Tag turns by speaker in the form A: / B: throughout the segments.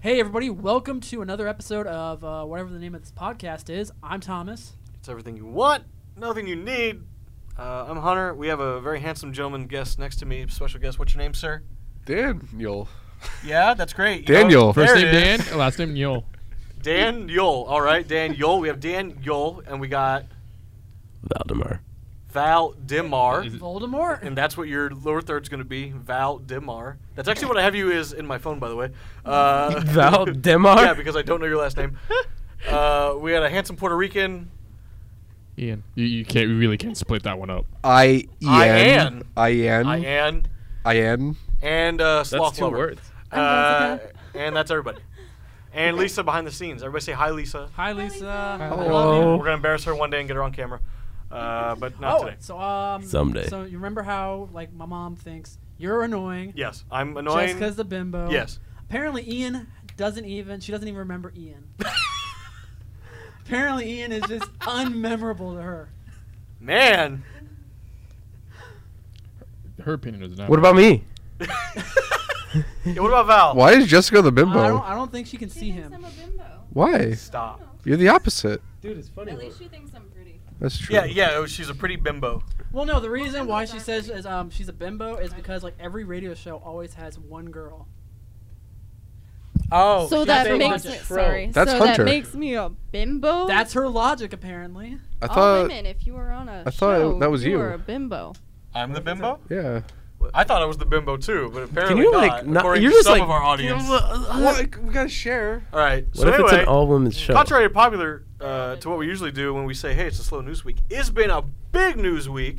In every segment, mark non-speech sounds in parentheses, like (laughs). A: Hey, everybody, welcome to another episode of uh, whatever the name of this podcast is. I'm Thomas.
B: It's everything you want, nothing you need. Uh, I'm Hunter. We have a very handsome gentleman guest next to me, special guest. What's your name, sir?
C: Daniel.
B: Yeah, that's great.
C: Daniel.
D: First
B: there
D: name
B: it
D: Dan,
B: is.
D: last name
B: (laughs)
D: Yule.
B: Dan Yol. All right, Dan Yol. We have Dan Yol, and we got
E: Valdemar.
B: Val Dimar.
A: Voldemort.
B: And that's what your lower third's going to be, Val Dimar. That's actually what I have you is in my phone, by the way. Uh,
E: (laughs) Val
B: (laughs)
E: Dimar?
B: yeah, because I don't know your last
E: (laughs)
B: name. Uh, we had a handsome Puerto Rican.
D: Ian, you, you can't you really can't split that one up.
C: I
B: Ian.
C: Ian. Ian. Ian.
B: Ian.
C: Ian.
B: And uh, Sloth
E: That's two
B: Lover.
E: words.
B: Uh, and that's everybody. And Lisa behind the scenes. Everybody say hi, Lisa.
A: Hi, Lisa.
C: Hello.
B: We're gonna embarrass her one day and get her on camera, uh, but not
A: Oh,
B: today.
A: so um,
E: Someday.
A: So you remember how like my mom thinks you're annoying?
B: Yes, I'm annoying.
A: Jessica's the bimbo.
B: Yes.
A: Apparently, Ian doesn't even. She doesn't even remember Ian.
B: (laughs)
A: Apparently, Ian is just unmemorable to her.
B: Man.
D: Her opinion is not.
E: What about me?
B: Yeah, what about Val?
C: Why is Jessica the
A: I don't.
C: bimbo?
A: I don't think she can
F: She
A: see
F: thinks
A: him.
F: I'm a bimbo.
C: Why?
B: Stop.
C: You're the opposite.
E: Dude, it's funny.
F: At least she thinks I'm pretty.
C: That's true.
B: Yeah, yeah. oh, She's a pretty bimbo.
A: Well, no. The reason why she says is, um, she's a bimbo is because like every radio show always has one girl.
E: Oh,
F: so
A: she
F: that
A: thinks
F: makes
A: I'm
F: me
A: a
F: sorry.
C: That's
F: so
C: Hunter.
F: that makes me a bimbo.
A: That's her logic, apparently.
C: I
F: All
C: thought.
F: Oh, women. If you were on a
C: I thought
F: show,
C: that was you.
F: were a bimbo.
B: I'm the bimbo.
C: Yeah.
B: I thought I was the bimbo too, but apparently
E: Can you like
B: not.
E: not?
B: according
E: You're
B: to
E: just
B: some
E: like
B: of our audience. All
C: we gotta share.
B: right.
E: What
B: so
E: if
B: anyway,
E: it's an all women's show?
B: contrary to popular uh, to what we usually do when we say, "Hey, it's a slow news week," it's been a big news week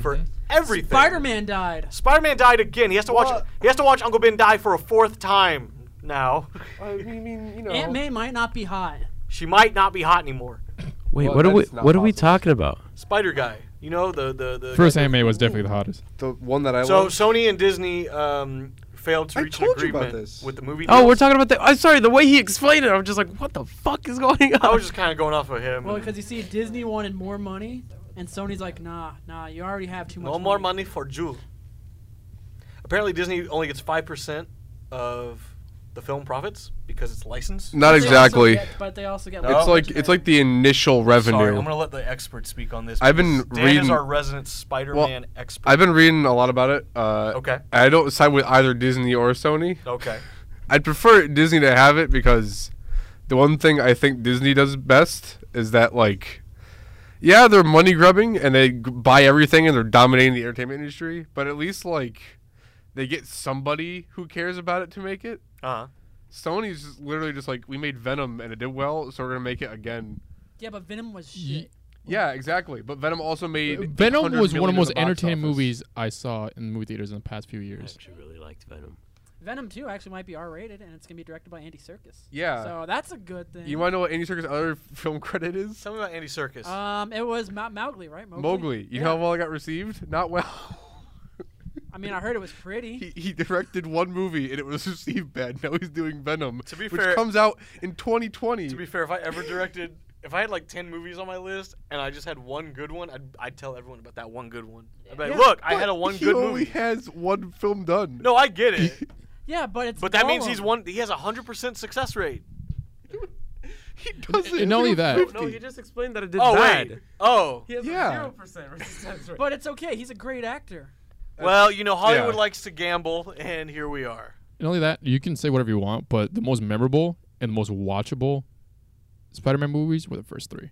B: for
E: Mm-hmm.
B: everything.
A: Spider-Man died.
B: Spider-Man died again. He has to watch.
C: What?
B: He has to watch Uncle Ben die for a fourth time
C: (laughs)
B: now.
C: I mean, you know.
A: Aunt May might not be hot.
B: she might not be hot anymore.
E: Wait,
C: Well,
E: what are we?
C: that's not
E: What are we
C: possible.
E: talking about?
B: Spider guy. You know the the the
D: First anime was definitely the hottest.
C: the one that I
B: So
C: love.
B: Sony and Disney um, failed to
C: I
B: reach
C: told
B: an
C: you about
B: agreement
C: this.
B: with the movie.
E: Oh,
B: deals.
E: we're talking about the. I'm sorry. The way he explained it, I'm just like, what the fuck is going on?
B: I
E: (laughs)
B: was just kind of going off of him.
A: Well, because you see, Disney wanted more money, and Sony's like, nah, nah, you already have too much.
B: no more money for Jewel. Apparently, Disney only gets five percent of the film profits because it's licensed.
C: Not
A: But they also
C: exactly.
A: get- but they also get.
B: No.
C: It's like it's like the initial revenue.
B: Sorry, I'm gonna let the experts speak on this.
C: I've been
B: because Dan is
C: reading-
B: our resident Spider-Man expert.
C: I've been reading a lot about it. Uh,
B: Okay.
C: I don't side with either Disney or Sony.
B: okay.
C: I'd prefer Disney to have it because the one thing I think Disney does best is that like yeah, they're money grubbing and they g- buy everything and they're dominating the entertainment industry, but at least like they get somebody who cares about it to make it.
B: Uh huh.
C: Sony's just literally just like we made Venom and it did well, so we're going to make it again.
A: Yeah, but Venom was
D: Ye-
A: shit.
C: Yeah, exactly. But Venom also made
D: Uh, Venom
C: 800
D: was
C: million
D: one of
C: in
D: the most
C: box
D: entertaining
C: office.
D: movies I saw in movie theaters in the past few
E: I
D: years.
E: actually really liked Venom.
A: Venom 2 actually might be R-rated, and it's gonna be directed by Andy Serkis.
C: Yeah.
A: So that's a good thing.
C: You want to know what Andy Serkis' other (laughs) film credit is?
B: Tell me about Andy Circus.
A: Um, it was Ma- Mowgli, right?
C: Mowgli. You know how well it got received? Not well.
A: I mean, I heard it was pretty.
C: he, he directed one movie and it was (laughs) received bad. Now he's doing Venom,
B: To be
C: which
B: fair-
C: comes out in 2020.
B: To be fair, if I ever directed, if I had like ten movies on my list and I just had one good one, I'd, I'd tell everyone about that one good one. I'd be like,
A: Yeah.
B: look, I had
C: But
B: a one
C: he
B: good
C: only
B: movie.
C: has one film done.
B: No, I get it,
A: yeah, but it's.
B: but that means he's
A: Gollum.
B: one. He has a hundred percent success rate.
C: he doesn't.
D: and not only
C: He's
D: that-
C: fifty.
E: No, you just explained that it did
B: Oh
E: bad.
B: wait. Oh.
E: He has
C: Yeah.
E: zero percent resistance rate.
A: But it's okay. He's a great actor.
B: Well, you know, Hollywood
C: yeah.
B: likes to gamble, and here we are.
D: Not only that, you can say whatever you want, but the most memorable and the most watchable Spider-Man movies were the first three.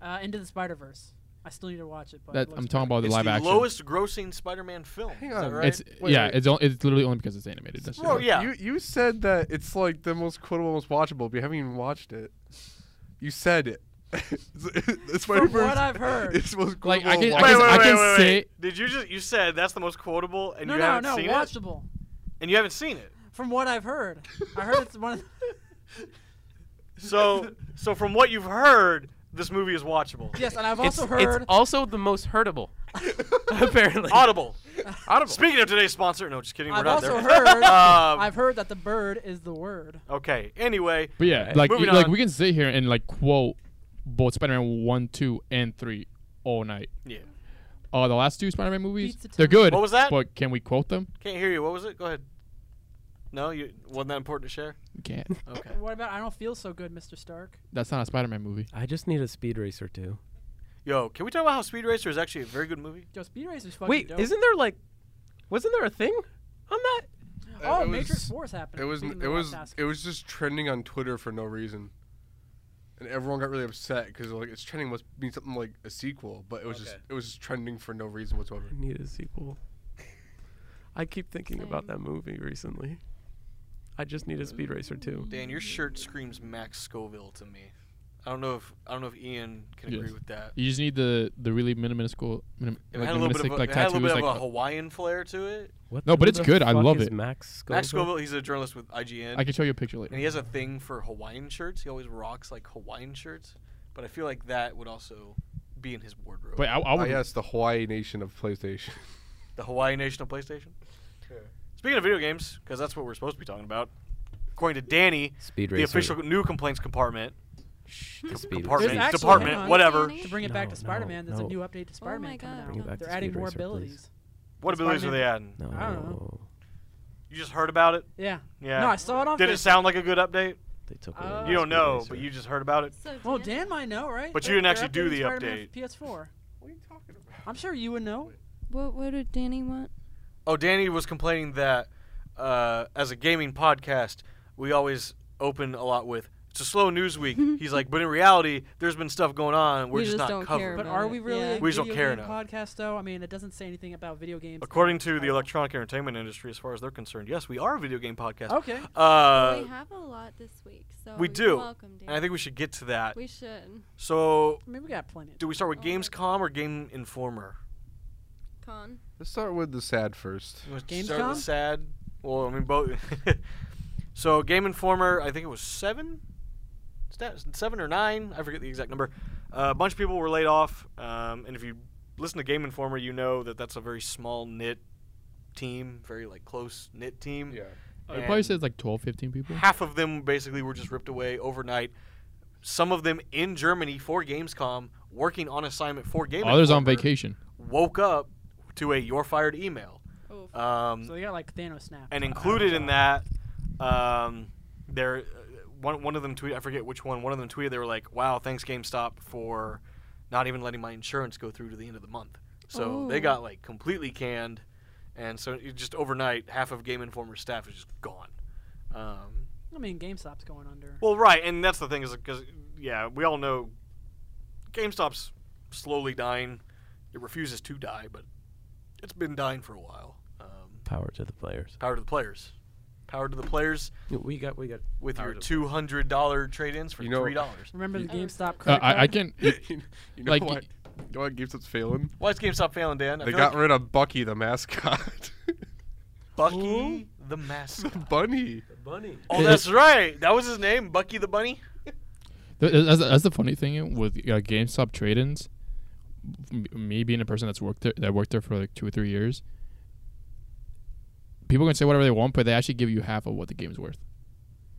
A: Uh, Into the Spider Verse. I still need to watch it, but
D: That
A: it
D: I'm
A: looks
D: talking about the
B: it's
D: live
B: the
D: action.
B: lowest grossing Spider-Man film.
C: Hang
B: Is that
C: on.
B: right?
D: It's
C: Wait,
D: yeah,
C: wait.
D: it's only, it's literally only because it's animated. That's
B: Well,
D: it.
B: yeah.
C: You you said that it's like the most quotable, most watchable, but you haven't even watched it. You said it. (laughs) it's my
A: From what I've heard.
C: (laughs) It's most
D: Like,
C: quotable.
D: I can-
C: most
D: I can-
C: watchable.
D: I can say-
B: Did you just you said that's the most quotable, and
A: No,
B: you
A: no,
B: haven't
A: no.
B: seen it,
A: Watchable.
B: and you haven't seen
A: (laughs)
B: it.
A: From what I've heard, I heard it's one. Of
B: So, so from what you've heard, this movie is
A: (laughs)
B: watchable.
A: (laughs) yes, and I've
E: it's,
A: also heard.
E: it's also the most (laughs) hurtable. apparently.
B: Audible.
E: Audible.
B: Speaking of today's sponsor, no, just kidding.
A: I've
B: we're not
A: also
B: there.
A: heard.
B: (laughs) Um,
A: I've heard that the bird is the word.
B: okay. Anyway,
D: But yeah, like
B: Moving
D: like
B: on.
D: we can sit here and like quote both Spider-Man one, two, and three all night.
B: yeah.
D: Uh, the last two Spider-Man movies,
A: Pizza
D: they're
A: time.
D: good.
B: What was that?
D: But can we quote them?
B: Can't hear you. What was it? Go ahead. No, you wasn't that important to share.
D: You
B: (laughs)
D: can't.
B: Okay.
A: What about I don't feel so good, Mr. Stark?
D: That's not a Spider-Man movie.
E: I just need a Speed Racer too.
B: Yo, can we talk about how Speed Racer is actually a very good movie?
A: Yo, Speed Racer's fucking
E: Wait,
A: dope.
E: isn't there like, wasn't there a thing on that?
A: Oh,
C: It
A: Matrix
C: was-
A: Four is happening.
C: It was
A: Speaking
C: it
A: of
C: was
A: multitasking.
C: it was just trending on Twitter for no reason, and everyone got really upset because like it's trending must mean something like a sequel, but it was just
B: Okay.
C: it was just trending for no reason whatsoever.
E: I need a sequel. I keep thinking about
F: Same.
E: that movie recently. I just need a Speed Racer too.
B: Dan, your shirt screams Max Scoville to me. I don't know if I don't know if Ian can
D: Yes.
B: agree with that.
D: You just need the the really minimalistical, minim,
B: It
D: like,
B: had a little bit
D: minimalistic
B: of a,
D: like
B: it had a
D: tattoos.
B: little bit
D: like,
B: of a Hawaiian flair to it.
E: What
D: No, but
E: the
D: it's good. I
E: fuck
D: love
E: is
D: it.
E: Max Scoville.
B: Max Scoville, he's a journalist with IGN,
D: I can show you a picture later.
B: and he has a thing for Hawaiian shirts. He always rocks like Hawaiian shirts, but I feel like that would also be in his wardrobe.
D: Wait, I, I
C: Oh
D: would.
C: yes, the Hawaii Nation of PlayStation. (laughs)
B: the Hawaii Nation of PlayStation. Speaking of video games, because that's what we're supposed to be talking about. According to Danny,
G: Speed
B: the
G: Racer.
B: official new complaints compartment,
G: Shh, the speed
B: department,
A: There's actually-
B: department,
A: hang on.
B: whatever.
F: Danny?
A: To bring it back
E: No,
A: to Spider-Man,
E: no,
A: there's
E: no.
A: a new update to Spider-Man
F: Oh my
A: coming
F: God.
A: out.
F: Bring it
E: back
A: They're
E: to
A: adding
E: Speed
A: more
E: Racer, please.
A: abilities.
B: What abilities are they adding?
E: No.
A: I don't know.
B: You just heard about it?
A: Yeah.
B: Yeah.
A: No, I saw it on.
B: Did it
A: Facebook.
B: sound like a good update?
E: They took
F: Oh.
A: Uh,
E: away
B: You don't
E: Speed
B: know,
E: Racer.
B: but you just heard about it.
F: So
A: Well, Dan might know, right?
B: But you
A: They're-
B: didn't
A: they're
B: actually do
A: updating
B: the
A: Spider-Man
B: update.
A: for PS4.
C: What are you talking about?
A: I'm sure you would know.
F: What, what did Danny want?
B: Oh, Danny was complaining that uh, as a gaming podcast, we always open a lot with it's a slow news (laughs) week. He's like, but in reality, there's been stuff going on. We're
F: We
B: just,
F: just
B: not
F: don't
B: covered.
F: care
A: But
F: about
A: are
F: it.
A: we really
F: Yeah.
A: a
B: We just don't
A: video
B: care
A: game
B: enough.
A: podcast though? I mean, it doesn't say anything about video games. Um,
B: According to the Electronic Entertainment Industry, as far as they're concerned, yes, we are a video game podcast.
A: Okay.
B: Uh,
F: we have a lot this week, so
B: we
F: you're
B: do.
F: Welcome, Dan.
B: and I think we should get to that.
F: we should.
B: So,
A: I mean, we got plenty.
B: do we start with
F: Oh,
B: Gamescom or Game Informer?
F: Con.
C: Let's start with the sad first.
B: You wanna
A: Gamescom?
B: Start with sad. Well, I mean both. (laughs) so Game Informer, I think it was seven, Sta- seven or nine. I forget the exact number. Uh, a bunch of people were laid off, um, and if you listen to Game Informer, you know that that's a very small knit team, very like close knit team.
C: Yeah.
D: I would probably
B: And-
D: say it's like 12, 15 people.
B: half of them basically were just ripped away overnight. Some of them in Germany for Gamescom, working on assignment for Game.
D: Others on
B: Informer,
D: vacation.
B: Woke up to a "You're fired" email,
F: Oh,
B: um,
A: So they got like Thanos snap.
B: and included in that, um, there uh, one one of them tweeted. I forget which one. One of them tweeted. They were like, "Wow, thanks GameStop for not even letting my insurance go through to the end of the month." So they
F: Oh.
B: got like completely canned, and so it- just overnight, half of Game Informer staff is just gone. Um,
A: I mean, GameStop's going under.
B: well, right, and that's the thing is because yeah, we all know GameStop's slowly dying. It refuses to die, but it's been dying for a while. Um,
E: Power to the players.
B: power to the players. Power to the players
E: We got we got
B: with
E: Power
B: your
E: to the
B: two hundred dollar trade ins for
C: You know-
B: three dollars.
A: Remember the
F: I was
A: GameStop
D: Uh,
A: credit
D: I, I
A: card?
D: can.
C: (laughs)
B: (laughs)
C: you know
D: Like,
C: what?
D: y-
C: You know what keeps us failing?
B: Why is GameStop failing, Dan? I
C: They
B: feel
C: got
B: like
C: rid of Bucky the mascot. (laughs)
B: Bucky the (laughs) mascot.
C: Bunny.
E: bunny.
B: oh, that's right. That was his name, Bucky the Bunny.
D: Th- th- That's, that's the funny thing with uh, GameStop trade-ins. m- Me being a person that's worked there, that worked there for like two or three years, people can say whatever they want, but they actually give you half of what the game's worth.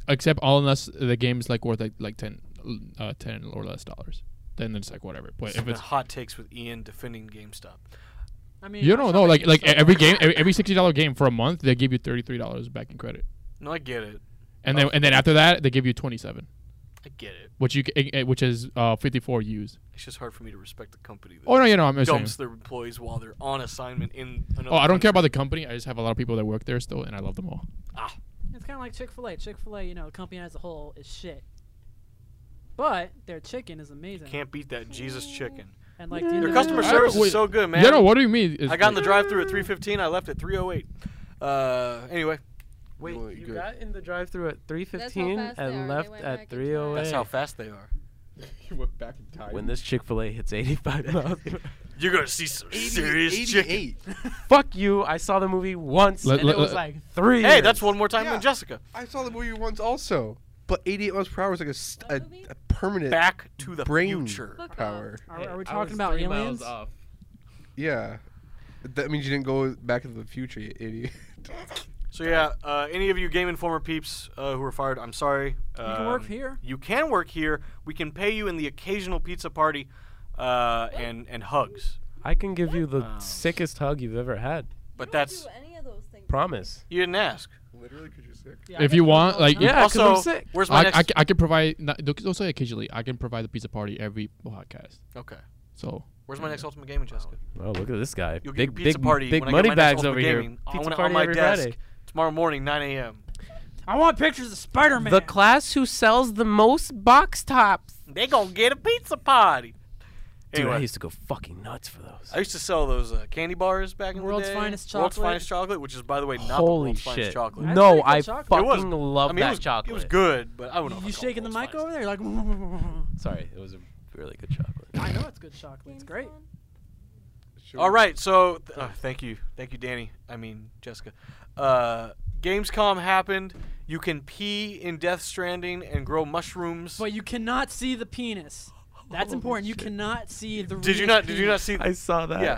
D: Except all unless the game's like worth like like ten, uh, ten or less dollars, then it's like whatever. But if
B: Some
D: it's
B: hot takes with Ian defending GameStop.
A: I mean,
D: you
A: I
D: don't
A: shop
D: know,
A: at
D: like like e-,
A: GameStop.
D: every game, every, every sixty dollar game for a month, they give you thirty three dollars back in credit,
B: No, I get it.
D: and then and then after that, they give you twenty seven,
B: I get it.
D: which you ca- eh, eh, which is uh, fifty four used.
B: It's just hard for me to respect the company. That
D: Oh no, you know I'm just saying.
B: dumps their employees while they're on assignment in another
D: Oh, I don't
B: country.
D: care about the company. I just have a lot of people that work there still, and I love them all.
A: It's kind of like Chick Fil A. Chick Fil A, you know, the company as a whole is shit. But their chicken is amazing.
B: Can't beat that Jesus chicken.
A: and like the
B: Their
A: individual-
B: customer
D: I
B: service
D: don't-
B: is so good, man.
D: Yeah, no. What do you mean? It's
B: I got in the
D: like-
B: drive-through at 3:15. I left at 3:08. Uh, anyway,
E: Wait,
C: Well,
E: you
C: good.
E: got in the drive-through at
F: That's
E: 3:15
F: how fast they are.
E: and
F: They
E: left
F: went back in
E: at
F: time.
E: 3:08.
B: that's how fast they are.
C: (laughs) He went back in time.
E: When this Chick-fil-A hits (laughs) 85 miles.
B: You're gonna see some serious chicken. (laughs)
E: Fuck you! I saw the movie once
D: Let-
E: and
D: let-
E: it was
D: let-
E: like three.
B: Hey, that's
E: years.
B: one more time
C: Yeah.
B: than Jessica.
C: I saw the movie once also, but 88 miles per hour is like a, st-
F: What
C: a-
F: movie?
C: a permanent
B: Back to the
C: Brain.
B: future.
F: Fuck off.
C: power.
A: Are, are we
E: I was
A: talking about
E: three miles
A: aliens?
E: off.
C: Yeah. That means you didn't go back into the future, you idiot. (laughs)
B: So yeah, uh, any of you Game Informer peeps uh, who are fired, I'm sorry. Um,
A: you can work here.
B: You can work here. We can pay you in the occasional pizza party, uh, and and hugs.
E: I can give you the
B: Wow.
E: sickest hug you've ever had.
B: But that's
F: any of those things.
E: Promise.
B: you didn't ask.
C: literally because you're sick.
A: Yeah, I
D: If
A: get
D: you
A: that
D: want,
A: all the
D: like,
A: time.
D: you-
E: Yeah, 'cause I'm
B: also,
E: sick.
B: where's my
D: I, I,
B: next?
D: ca- I can provide. Not, look, also occasionally, I can provide the pizza party every podcast.
B: okay.
D: So
B: Where's my next Ultimate Gaming, Jessica?
E: Oh, look at this guy.
B: You'll
E: big
B: get pizza
E: big
B: party.
E: big
B: when I get
E: money
B: my next
E: bags
B: Ultimate
E: over here.
B: Gaming. I
E: Pizza
B: want it
E: party
B: on my
E: every
B: desk
E: Friday.
B: tomorrow morning, 9 a.m.
A: I want pictures of Spider-Man.
E: The class who sells the most box tops.
B: They gonna get a pizza party.
E: Dude,
B: Anyway,
E: I used to go fucking nuts for those.
B: I used to sell those uh, candy bars back in
A: World's
B: the day.
A: finest
B: World's
A: chocolate.
B: finest chocolate, which is by the way not the
E: Holy
B: world's finest
E: shit!
B: chocolate.
A: That's
E: No,
A: pretty good
E: I
A: chocolate.
E: fucking
B: It was-
E: love
B: I mean,
E: that
B: it was,
E: chocolate.
B: It was good, but I don't know.
A: You, you
B: if I'd call it
A: shaking the
B: world's
A: mic over
B: finest.
A: there like. (laughs)
E: Sorry, it was a really good chocolate.
A: I know it's good chocolate. It's great.
F: Gamescom?
B: All right, so th- uh, thank you, thank you, Danny. I mean Jessica. Uh, Gamescom happened. You can pee in Death Stranding and grow mushrooms.
A: But you cannot see the penis. That's important. You cannot see the.
B: did you
A: real
B: not? Did you not
A: penis.
B: see?
E: (laughs) I saw that.
B: Yeah.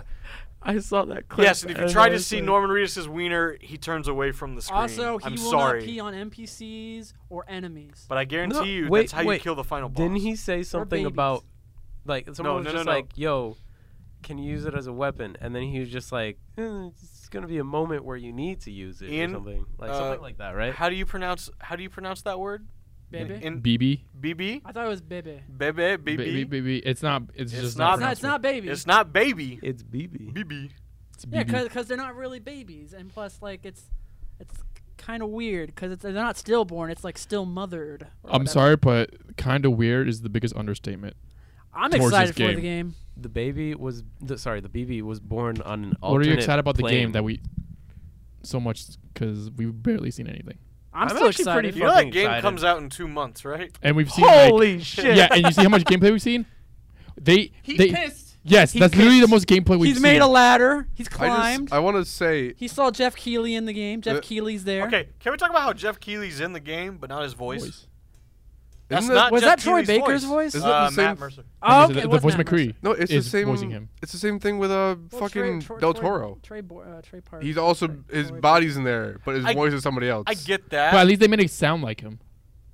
E: I saw that clip.
B: Yes, and if you
E: I
B: try to
E: was
B: see
E: like-
B: Norman Reedus' wiener, he turns away from the screen.
A: Also, he
B: I'm
A: will
B: sorry,
A: not pee on NPCs or enemies.
B: but I guarantee
E: No,
B: you
E: wait,
B: that's how
E: wait.
B: you kill the final boss.
E: Didn't he say something
A: babies.
E: about like someone was
B: no, no,
E: just
B: no.
E: like, "Yo, can you use it as a weapon?" And then he was just like, eh, "It's gonna be a moment where you need to use it
B: Ian,
E: or something like
B: uh,
E: something like that, right?"
B: How do you pronounce? How do you pronounce that word?
A: Baby.
B: In
D: BB,
B: BB,
A: I thought it was baby.
B: bebe,
D: B- B-
B: BB.
D: B- B- it's not. It's,
B: It's
D: just
B: not-
A: It's not, it's not baby.
B: It's not baby.
E: It's BB.
B: BB.
D: It's
A: yeah,
D: BB.
A: because they're not really babies, and plus like it's it's kind of weird because it's they're not stillborn. It's like still mothered. or
D: I'm
A: whatever.
D: sorry, but kind of weird is the biggest understatement.
A: I'm
D: towards this
A: excited for the game.
E: The baby was the, sorry. The BB was born on an alternate.
D: What are you excited about the game
E: plane.
D: that we so much because we've barely seen anything,
A: I'm,
E: I'm
A: still
E: actually
A: excited.
E: pretty
B: You know that
E: fucking
B: game
E: excited.
B: comes out in two months, right?
D: and we've seen like-
E: Holy shit!
D: yeah, and you see how much gameplay we've seen. They they
A: pissed.
D: yes,
A: He
D: that's literally the
A: pissed.
D: most gameplay we've
A: He's
D: seen.
A: made a ladder. He's
C: I
A: climbed.
C: just I want to say
A: he saw Jeff Keeley in the game. Jeff
C: Uh,
A: Keeley's there.
B: Okay, can we talk about how Jeff Keeley's in the game but not his voice?
D: Voice.
B: That's
C: Isn't that-
B: not
A: Was
B: Jeff
A: that Troy
B: Keighley's
A: Baker's
B: voice.
A: voice?
C: Isn't that
B: Uh,
C: the same-
B: Matt Mercer.
A: Oh,
D: The-
A: okay,
D: the,
A: it
D: the
A: was
D: voice
A: Matt
D: of McCree.
C: no. It's the
D: is
C: same.
D: voicing him.
C: It's the same thing with uh,
A: Well,
C: fucking
A: Troy- Troy-
C: Del
A: Troy-
C: Toro.
A: Troy, Bo- uh, Troy Parker.
C: He's also his
A: Troy-
C: body's in there, but his
B: I-
C: voice is somebody else.
B: I get that,
D: But at least they made it sound like him.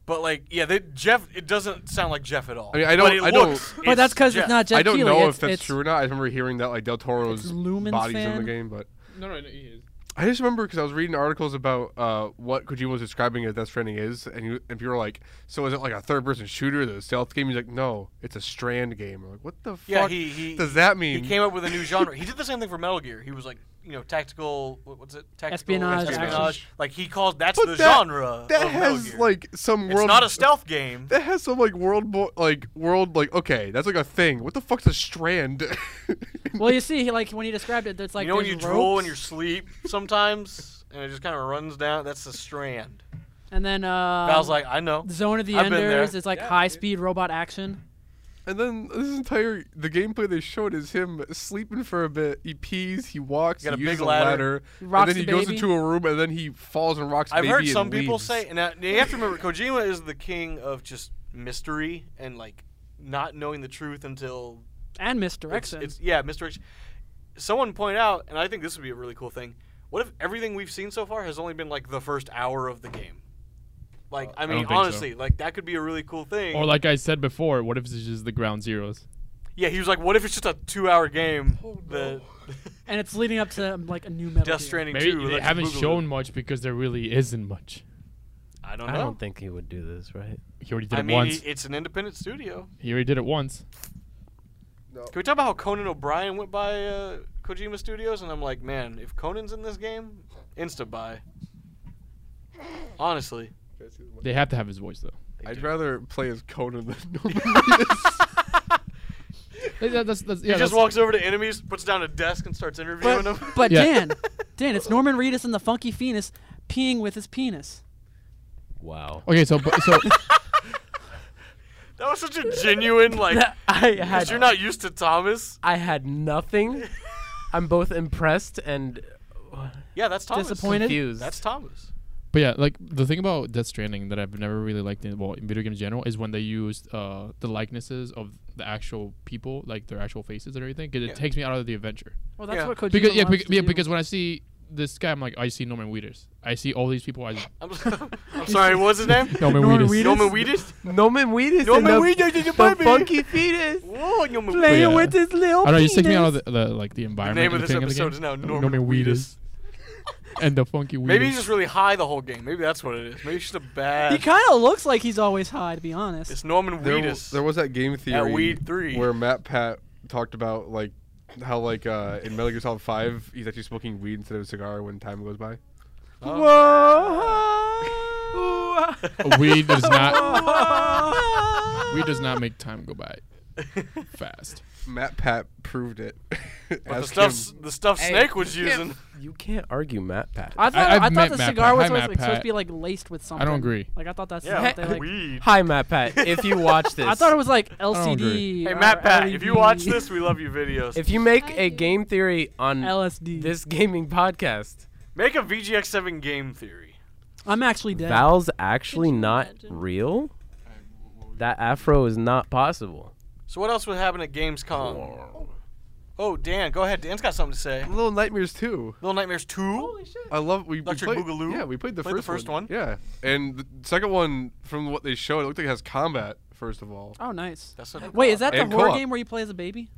B: but like, yeah, they, Jeff. It doesn't sound like Jeff at all.
C: I mean, I
B: But
C: don't-
B: it
C: I don't-
B: looks-
A: But that's because it's
B: Jeff.
A: not Jeff
C: I don't
A: Keighley,
C: know
A: it's-
C: if that's
A: it's-
C: true or not. I remember hearing that like Del Toro's
A: Lumen's
C: body's in the
A: fan.
C: game, but
D: No, no, he
C: I just remember because I was reading articles about uh, what Kojima was describing as Death Stranding is, and you, and people were like, "So is it like a third-person shooter, the stealth game?" He's like, "No, it's a Strand game." I'm like, "What the
B: Yeah,
C: fuck
B: he, he
C: does that mean?"
B: He came up with a new genre. he did the same thing for Metal Gear. He was like, you know, tactical. What, what's it? Tactical
A: Espionage, action.
B: Like he calls that's
C: But
B: the
C: that-
B: genre.
C: that
B: of Metal
C: has
B: Gear.
C: like some
B: It's
C: world.
B: not a stealth game.
C: that has some like world, bo- like world, like okay, that's like a thing. What the fuck's a Strand? (laughs)
A: Well, you see, he, like when he described it, it's like
B: you know when you
A: there's
B: drool in
A: ropes,
B: your sleep sometimes, and it just kind of runs down. That's the strand.
A: and then uh,
B: Val's like, I know.
A: Zone of the
B: I've been there.
A: Enders is like high speed robot action.
C: And then this entire the gameplay they showed is him sleeping for a bit. He pees, he walks,
B: Got a
C: he uses
B: big ladder.
A: He
C: and
A: rocks
C: then he
A: the
C: goes
A: baby.
C: into a room, and then he falls and rocks.
B: I've
C: baby
B: heard
C: and
B: some people
C: leaves.
B: say, and uh, you have to remember, Kojima is the king of just mystery and like not knowing the truth until
A: And
B: it's,
A: misdirection.
B: it's yeah, misdirection. Someone pointed out, and I think this would be a really cool thing. What if everything we've seen so far has only been like the first hour of the game? Like, I
D: Uh, don't
B: mean,
D: think so.
B: honestly, like that could be a really cool thing.
D: Or like I said before, what if this is just the ground zeros?
B: yeah, he was like, what if it's just a two-hour game? the
A: and it's leading up to um, like a new metal.
B: Death
A: Gear.
B: Stranding (laughs)
D: Maybe
B: 2.
D: they
B: let's
D: haven't
B: Google it.
D: shown much because there really isn't much.
B: I don't know.
E: I don't think he would do this, right?
D: He already did
B: I
D: it
B: mean,
D: once.
B: he- it's an independent studio.
D: He already did it once.
B: Can we talk about how Conan O'Brien went by uh, Kojima Studios? And I'm like, man, if Conan's in this game, insta buy. Honestly. (laughs)
D: They have to have his voice though.
C: I'd rather play as Conan (laughs) than Norman
D: That- that's- that's-
B: he
D: yeah,
B: just
D: that's-
B: walks over to enemies, puts down a desk, and starts interviewing
A: But,
E: (laughs)
B: them.
A: but
D: Yeah.
B: (laughs)
A: Dan, Dan, it's Norman Reedus and the Funky Phoenix peeing with his penis.
E: Wow.
D: Okay, so but-
B: (laughs)
D: so
B: that was such a genuine, like,
E: (laughs)
B: (laughs)
E: I
B: because
E: had
B: you're not used to Thomas.
E: I
B: (laughs)
E: had nothing. I'm both impressed and uh,
B: Yeah, that's Thomas.
A: Disappointed?
E: confused.
B: That's Thomas.
D: But yeah, like the thing about Death Stranding that I've never really liked in well in video games in general is when they used uh, the likenesses of the actual people, like their actual faces and everything, 'cause
B: Yeah.
D: it takes me out of the adventure.
A: Well, that's
B: Yeah.
A: what Kojima
D: Because yeah,
A: loves
D: bec-
A: to
D: yeah,
A: do.
D: because when I see this guy, I'm like, I see Norman Reedus. I see all these people. I just,
B: I'm, (laughs)
E: (laughs)
B: I'm sorry, what was his name?
D: (laughs) Norman
A: Norman
D: Reedus.
B: Norman Weedus?
E: Norman Weedus.
B: Norman
E: and the-
B: Reedus is a
E: the
B: baby.
E: funky fetus.
B: Whoa, Norman
D: But
A: Play
D: yeah.
A: with his little
D: I don't know. It just takes me out
A: penis.
D: of the, the like the
B: The
D: environment.
B: name of
D: and
B: this
D: thing
B: episode
D: the
B: is
D: game.
B: now Norman, Weedus.
D: and the funky
B: (laughs)
D: weed.
B: Maybe he's just really high the whole game. Maybe that's what it is. Maybe he's just a
A: He
B: bad.
A: kind of looks like he's always high, to be honest.
B: It's Norman
C: There, w-
B: Reedus.
C: there was that game theory
B: Weed three.
C: where Matt Pat talked about like how like uh, in Metal Gear Solid Five he's actually smoking weed instead of a cigar when time goes by.
B: Oh.
C: (laughs)
B: Whoa!
D: weed does
B: (laughs)
D: not. weed does not make time go by fast.
C: Matt Pat proved it. (laughs)
B: But the
C: Ask
B: stuff,
C: him.
B: the stuff Snake was using.
E: You can't argue Matt Pat.
A: I thought, I,
D: I've
A: thought
D: met
A: the
D: Matt
A: cigar
D: Pat.
A: was
D: Hi,
A: supposed,
D: Matt
A: like, supposed
D: Pat.
A: to be like laced with something.
D: agree.
A: Like I thought that's
B: Yeah,
A: what they,
E: Hey,
A: like,
B: weed.
E: (laughs) Hi,
D: (laughs)
E: Matt Pat. If you watch this,
A: I thought it was like
D: don't
A: LCD.
D: agree.
B: Hey,
A: or E
B: Matt Pat, if you watch
A: LED. (laughs)
B: this, we love your videos.
E: if you make
F: I
E: a
F: do.
E: game theory on
A: LSD.
E: this gaming podcast,
B: Make a VGX7 game theory.
A: I'm actually dead.
E: Val's actually
F: Could you
E: not
F: imagine?
E: real. That afro is not possible.
B: So what else would happen at Gamescom? Oh, Dan, go ahead. Dan's got something to say.
A: Mm.
C: Little Nightmares too.
B: Little Nightmares 2.
A: shit.
C: I love we, we
B: Electric
C: played,
B: Boogaloo.
C: Yeah, we played the
B: Played the
C: first
B: first one.
C: Yeah, and the second one from what they showed, it looked like it has combat. First of all,
A: Oh, nice.
B: That's what they
A: Wait,
B: call
A: is that the
C: And
A: horror
C: co-op.
A: game where you play as a baby?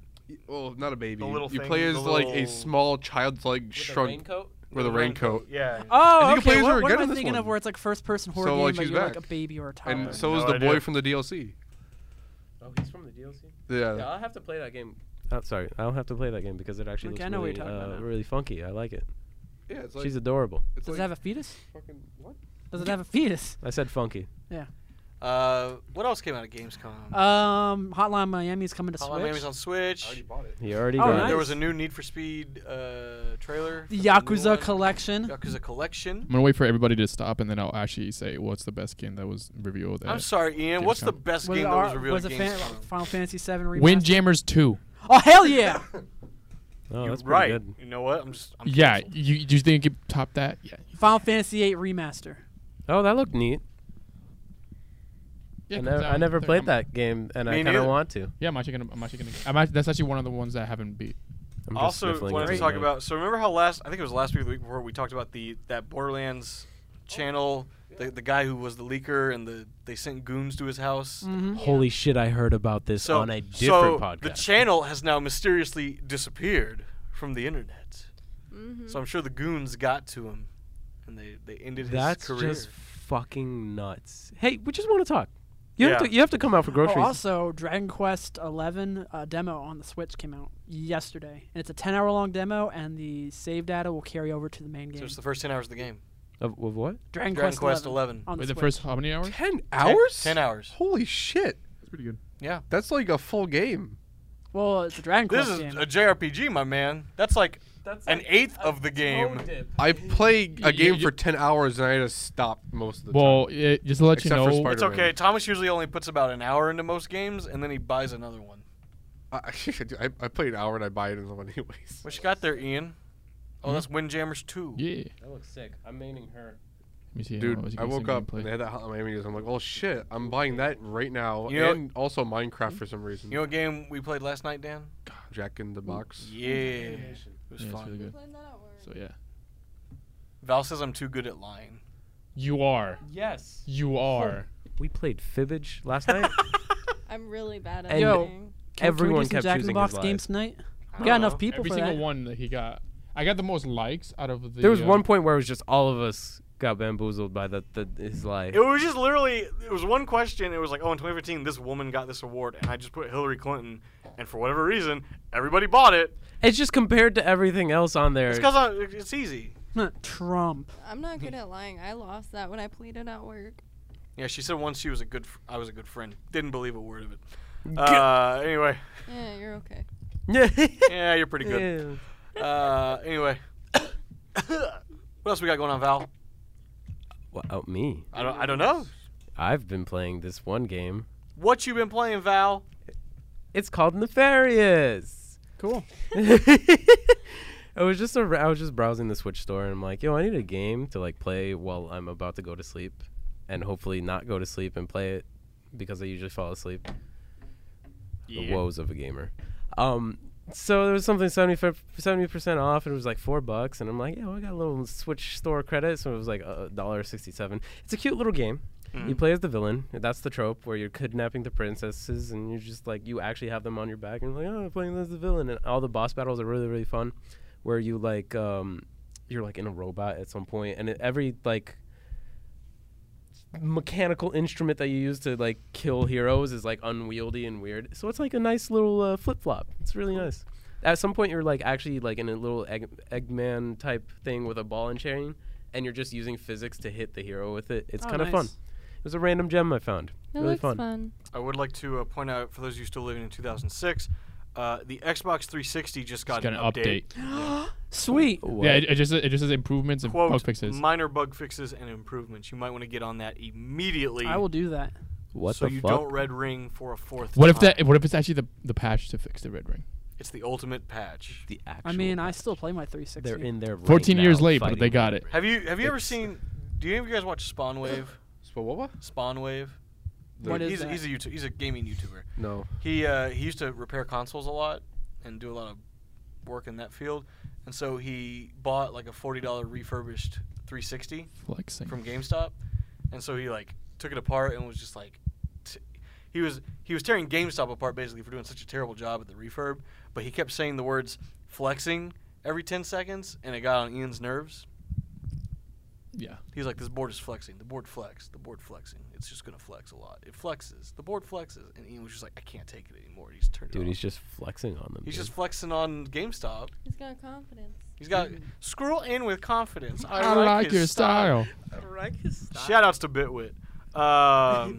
C: well, not a baby.
B: The little
C: you
B: thing,
C: play
B: the
C: as like a
B: little-
C: small child's like shrunk
B: it.
C: with a raincoat.
B: Yeah.
A: Oh,
C: And you can play
A: okay.
C: as her
A: What, what
C: again
A: am
C: in
A: I
C: this
A: thinking
C: one.
A: of where it's like first person horror
C: So,
A: game,
C: like,
A: but
C: she's
A: you're like a
C: back.
A: baby or a toddler?
C: And so
B: no
C: is the boy
B: idea.
C: from the DLC.
E: Oh, he's from the DLC.
C: Yeah.
E: Yeah, I'll have to play that game. Oh, Uh, sorry, I don't have to play that game because it actually
A: Okay, I
E: looks
A: know what
E: really,
A: you're talking about
E: uh,
A: now.
E: really funky. I like it.
C: Yeah, it's like
E: She's adorable.
C: it's
A: Does
C: like
A: it have a fetus?
C: fucking what?
A: Does it have a fetus?
E: I said funky.
B: Uh, what else came out at Gamescom?
A: Um, Hotline Miami is coming to
B: Hotline
A: Switch.
B: Miami's on Switch.
C: bought it.
E: He already
A: Oh,
E: got
B: Uh,
A: nice.
E: it.
B: There was a new Need for Speed uh, trailer.
A: the
B: for new
A: Yakuza
B: one.
A: Collection.
B: Yakuza Collection.
D: I'm gonna wait for everybody to stop, and then I'll actually say what's the best game that was revealed.
B: I'm
D: At
B: sorry, Ian. What's the
D: Gamescom.
B: best
A: Was it,
B: game that
A: our-
B: was revealed
A: was
B: at
A: it Fan- Oh,
B: Gamescom?
A: Final Fantasy VII Remastered?
D: Windjammers Two.
A: Oh, hell yeah!
B: (laughs)
E: Oh,
B: You're
E: that's pretty
B: right.
E: good.
B: You know what? I'm just. I'm
D: Yeah,
B: canceled.
D: you you think it topped that? Yeah,
A: Final Fantasy VIII Remaster.
E: Oh, that looked neat.
D: yeah.
E: I
D: it
E: never,
D: comes out
E: I never
D: third.
E: played
D: I'm-
E: that game, and
B: Me
E: I kind
B: neither.
E: of want to.
D: Yeah, I'm actually gonna. I'm actually gonna. I'm actually, that's actually one of the ones that I haven't beat.
E: I'm just
B: also
E: sniffling
B: wanted to
E: right
B: talk
E: now.
B: about. So remember how last I think it was last week, or the week before, we talked about the that Borderlands channel, the, the guy who was the leaker, and the they sent goons to his house.
A: Mm-hmm.
E: Holy shit! I heard about this
B: So
E: on a different
B: so
E: podcast.
B: the channel has now mysteriously disappeared from the internet.
F: Mm-hmm.
B: So I'm sure the goons got to him, and they they ended
E: That's
B: his career.
E: just fucking nuts. Hey, we just want to talk. You have
B: Yeah.
E: to. You have to come out for
A: Oh,
E: groceries.
A: also, Dragon Quest XI uh, demo on the Switch came out yesterday, and it's a 10-hour-long demo, and the save data will carry over to the main
B: so
A: game.
B: it's the first ten hours of the game.
E: Of, of what?
A: Dragon,
B: Dragon Quest
A: XI
B: 11.
A: on
D: Wait, the
A: Switch.
D: first how many hours?
C: Ten
B: Ten-
C: hours?
B: Ten hours.
C: Holy shit!
D: That's pretty good.
C: That's like a full game.
A: Well, it's a Dragon
B: This
A: Quest
B: is
A: game.
B: a JRPG, my man. That's like
E: That's
B: an eighth of the game.
C: I play
D: Y-
C: a game
D: y-
C: for ten hours and I just stop most of the
D: Well,
C: time.
D: yeah, just to let
C: Except for
D: you know,
C: Spider-
B: It's okay. Thomas usually only puts about an hour into most games, and then he buys another one.
C: I, (laughs) I play an hour and I buy it in the one anyways.
B: What you got there, Ian? Oh, that's Windjammers 2.
D: yeah. Let
E: That looks sick. I'm maining her.
D: me see.
C: Dude,
D: how much you
C: I
D: can see
C: woke
D: me
C: up
D: play.
C: and they had that Hotline Miami. news. I'm like, oh shit, I'm buying that right now,
B: You know-
C: and also Minecraft for some reason.
B: You know what game we played last night, Dan?
C: Jack in the Box.
B: Yeah. It was
D: Yeah, it's
B: fun.
D: really good.
F: that at work.
D: So yeah,
B: Val says I'm too good at lying.
D: you are,
E: Yes.
D: you are.
E: We played Fibbage
B: (laughs)
E: last (laughs) night.
F: I'm really bad at
E: And-
A: Yo.
F: lying.
A: Can- can we do
E: Everyone
A: some
E: kept
A: Jack in the
E: choosing
A: Box
E: his lies.
A: games tonight. We got
B: don't know.
A: enough people
D: Every
A: for
D: single
A: that.
D: one that he got, I got the most likes out of the.
E: there was
D: uh,
E: one point where it was just all of us got bamboozled by the, the his lie.
B: It was just literally, it was one question. It was like, oh, in 2015, this woman got this award, and I just put Hillary Clinton, and for whatever reason, everybody bought it.
E: it's just compared to everything else on there.
B: It's because it's easy.
A: (laughs) Trump.
F: I'm not good at lying. I lost that when I played it at work.
B: Yeah, she said once she was a good, fr- I was a good friend. Didn't believe a word of it.
E: (laughs)
B: Uh, anyway,
F: Yeah, you're okay.
B: yeah, you're pretty good.
E: Yeah.
B: Uh, anyway, (coughs) what else we got going on, Val?
E: What about me?
B: I don't, I don't know.
E: I've been playing this one game.
B: What you been playing, Val?
E: It's called Nefarious.
A: Cool.
E: I was just ar- I was just browsing the Switch store and I'm like, yo, I need a game to like play while I'm about to go to sleep, and hopefully not go to sleep and play it because I usually fall asleep. The woes of a gamer. Um, so there was something 70 percent off, and it was like four bucks, and I'm like, yeah, well, I got a little Switch store credit, so it was like a dollar sixty-seven. It's a cute little game.
A: Mm.
E: You play as the villain. That's the trope where you're kidnapping the princesses, and you're just like you actually have them on your back, and you're like, oh, I'm playing as the villain, and all the boss battles are really really fun, where you like um, you're like in a robot at some point, and it, every like mechanical instrument that you use to like kill heroes is like unwieldy and weird. So it's like a nice little uh, flip flop. It's really nice. At some point, you're like actually like in a little egg, Eggman type thing with a ball and chain, and you're just using physics to hit the hero with it. It's
A: Oh,
E: kind of fun.
A: nice.
E: It was a random gem I found.
F: That
E: really
F: looks
E: fun.
F: fun.
B: I would like to uh, point out for those of you still living in 2006, uh, the Xbox 360 just got,
D: Just got an update.
A: Sweet.
D: Yeah, it, it just it just says improvements and
B: Quote,
D: bug fixes.
B: minor bug fixes and improvements. You might want to get on that immediately.
A: I will do that.
E: What
B: so
E: the
B: you
E: fuck?
B: don't red ring for a fourth
D: What if
B: time.
D: that? What if it's actually the the patch to fix the red ring?
B: It's the ultimate patch.
E: the actual.
A: I mean, I still play my 360.
E: They're in there. right
D: 14 years
E: now
D: late, but
E: fighting
D: they got
E: the
D: it.
E: Red Ring.
B: Have you have you ever
E: It's-
B: seen? Do any of you guys watch Spawn Wave? Spawn Wave.
A: What is
B: he's,
A: that?
B: he's a YouTube, he's a gaming YouTuber.
E: No.
B: He uh, he used to repair consoles a lot and do a lot of work in that field, and so he bought like a forty dollar refurbished 360
D: Flexing.
B: from GameStop, and so he like took it apart and was just like, t- he was he was tearing GameStop apart basically for doing such a terrible job at the refurb, but he kept saying the words flexing every ten seconds, and it got on Ian's nerves.
D: yeah.
B: He's like, this board is flexing. The board flex. The board flexing. It's just gonna flex a lot. It flexes. The board flexes. And Ian was just like, I can't take it anymore. He's turned it
E: Dude,
B: off.
E: he's just flexing on them.
B: He's
E: dude.
B: just flexing on GameStop.
F: He's got confidence.
B: He's got scroll in with confidence. I,
D: I like your style.
B: Shout outs to Bitwit. Um,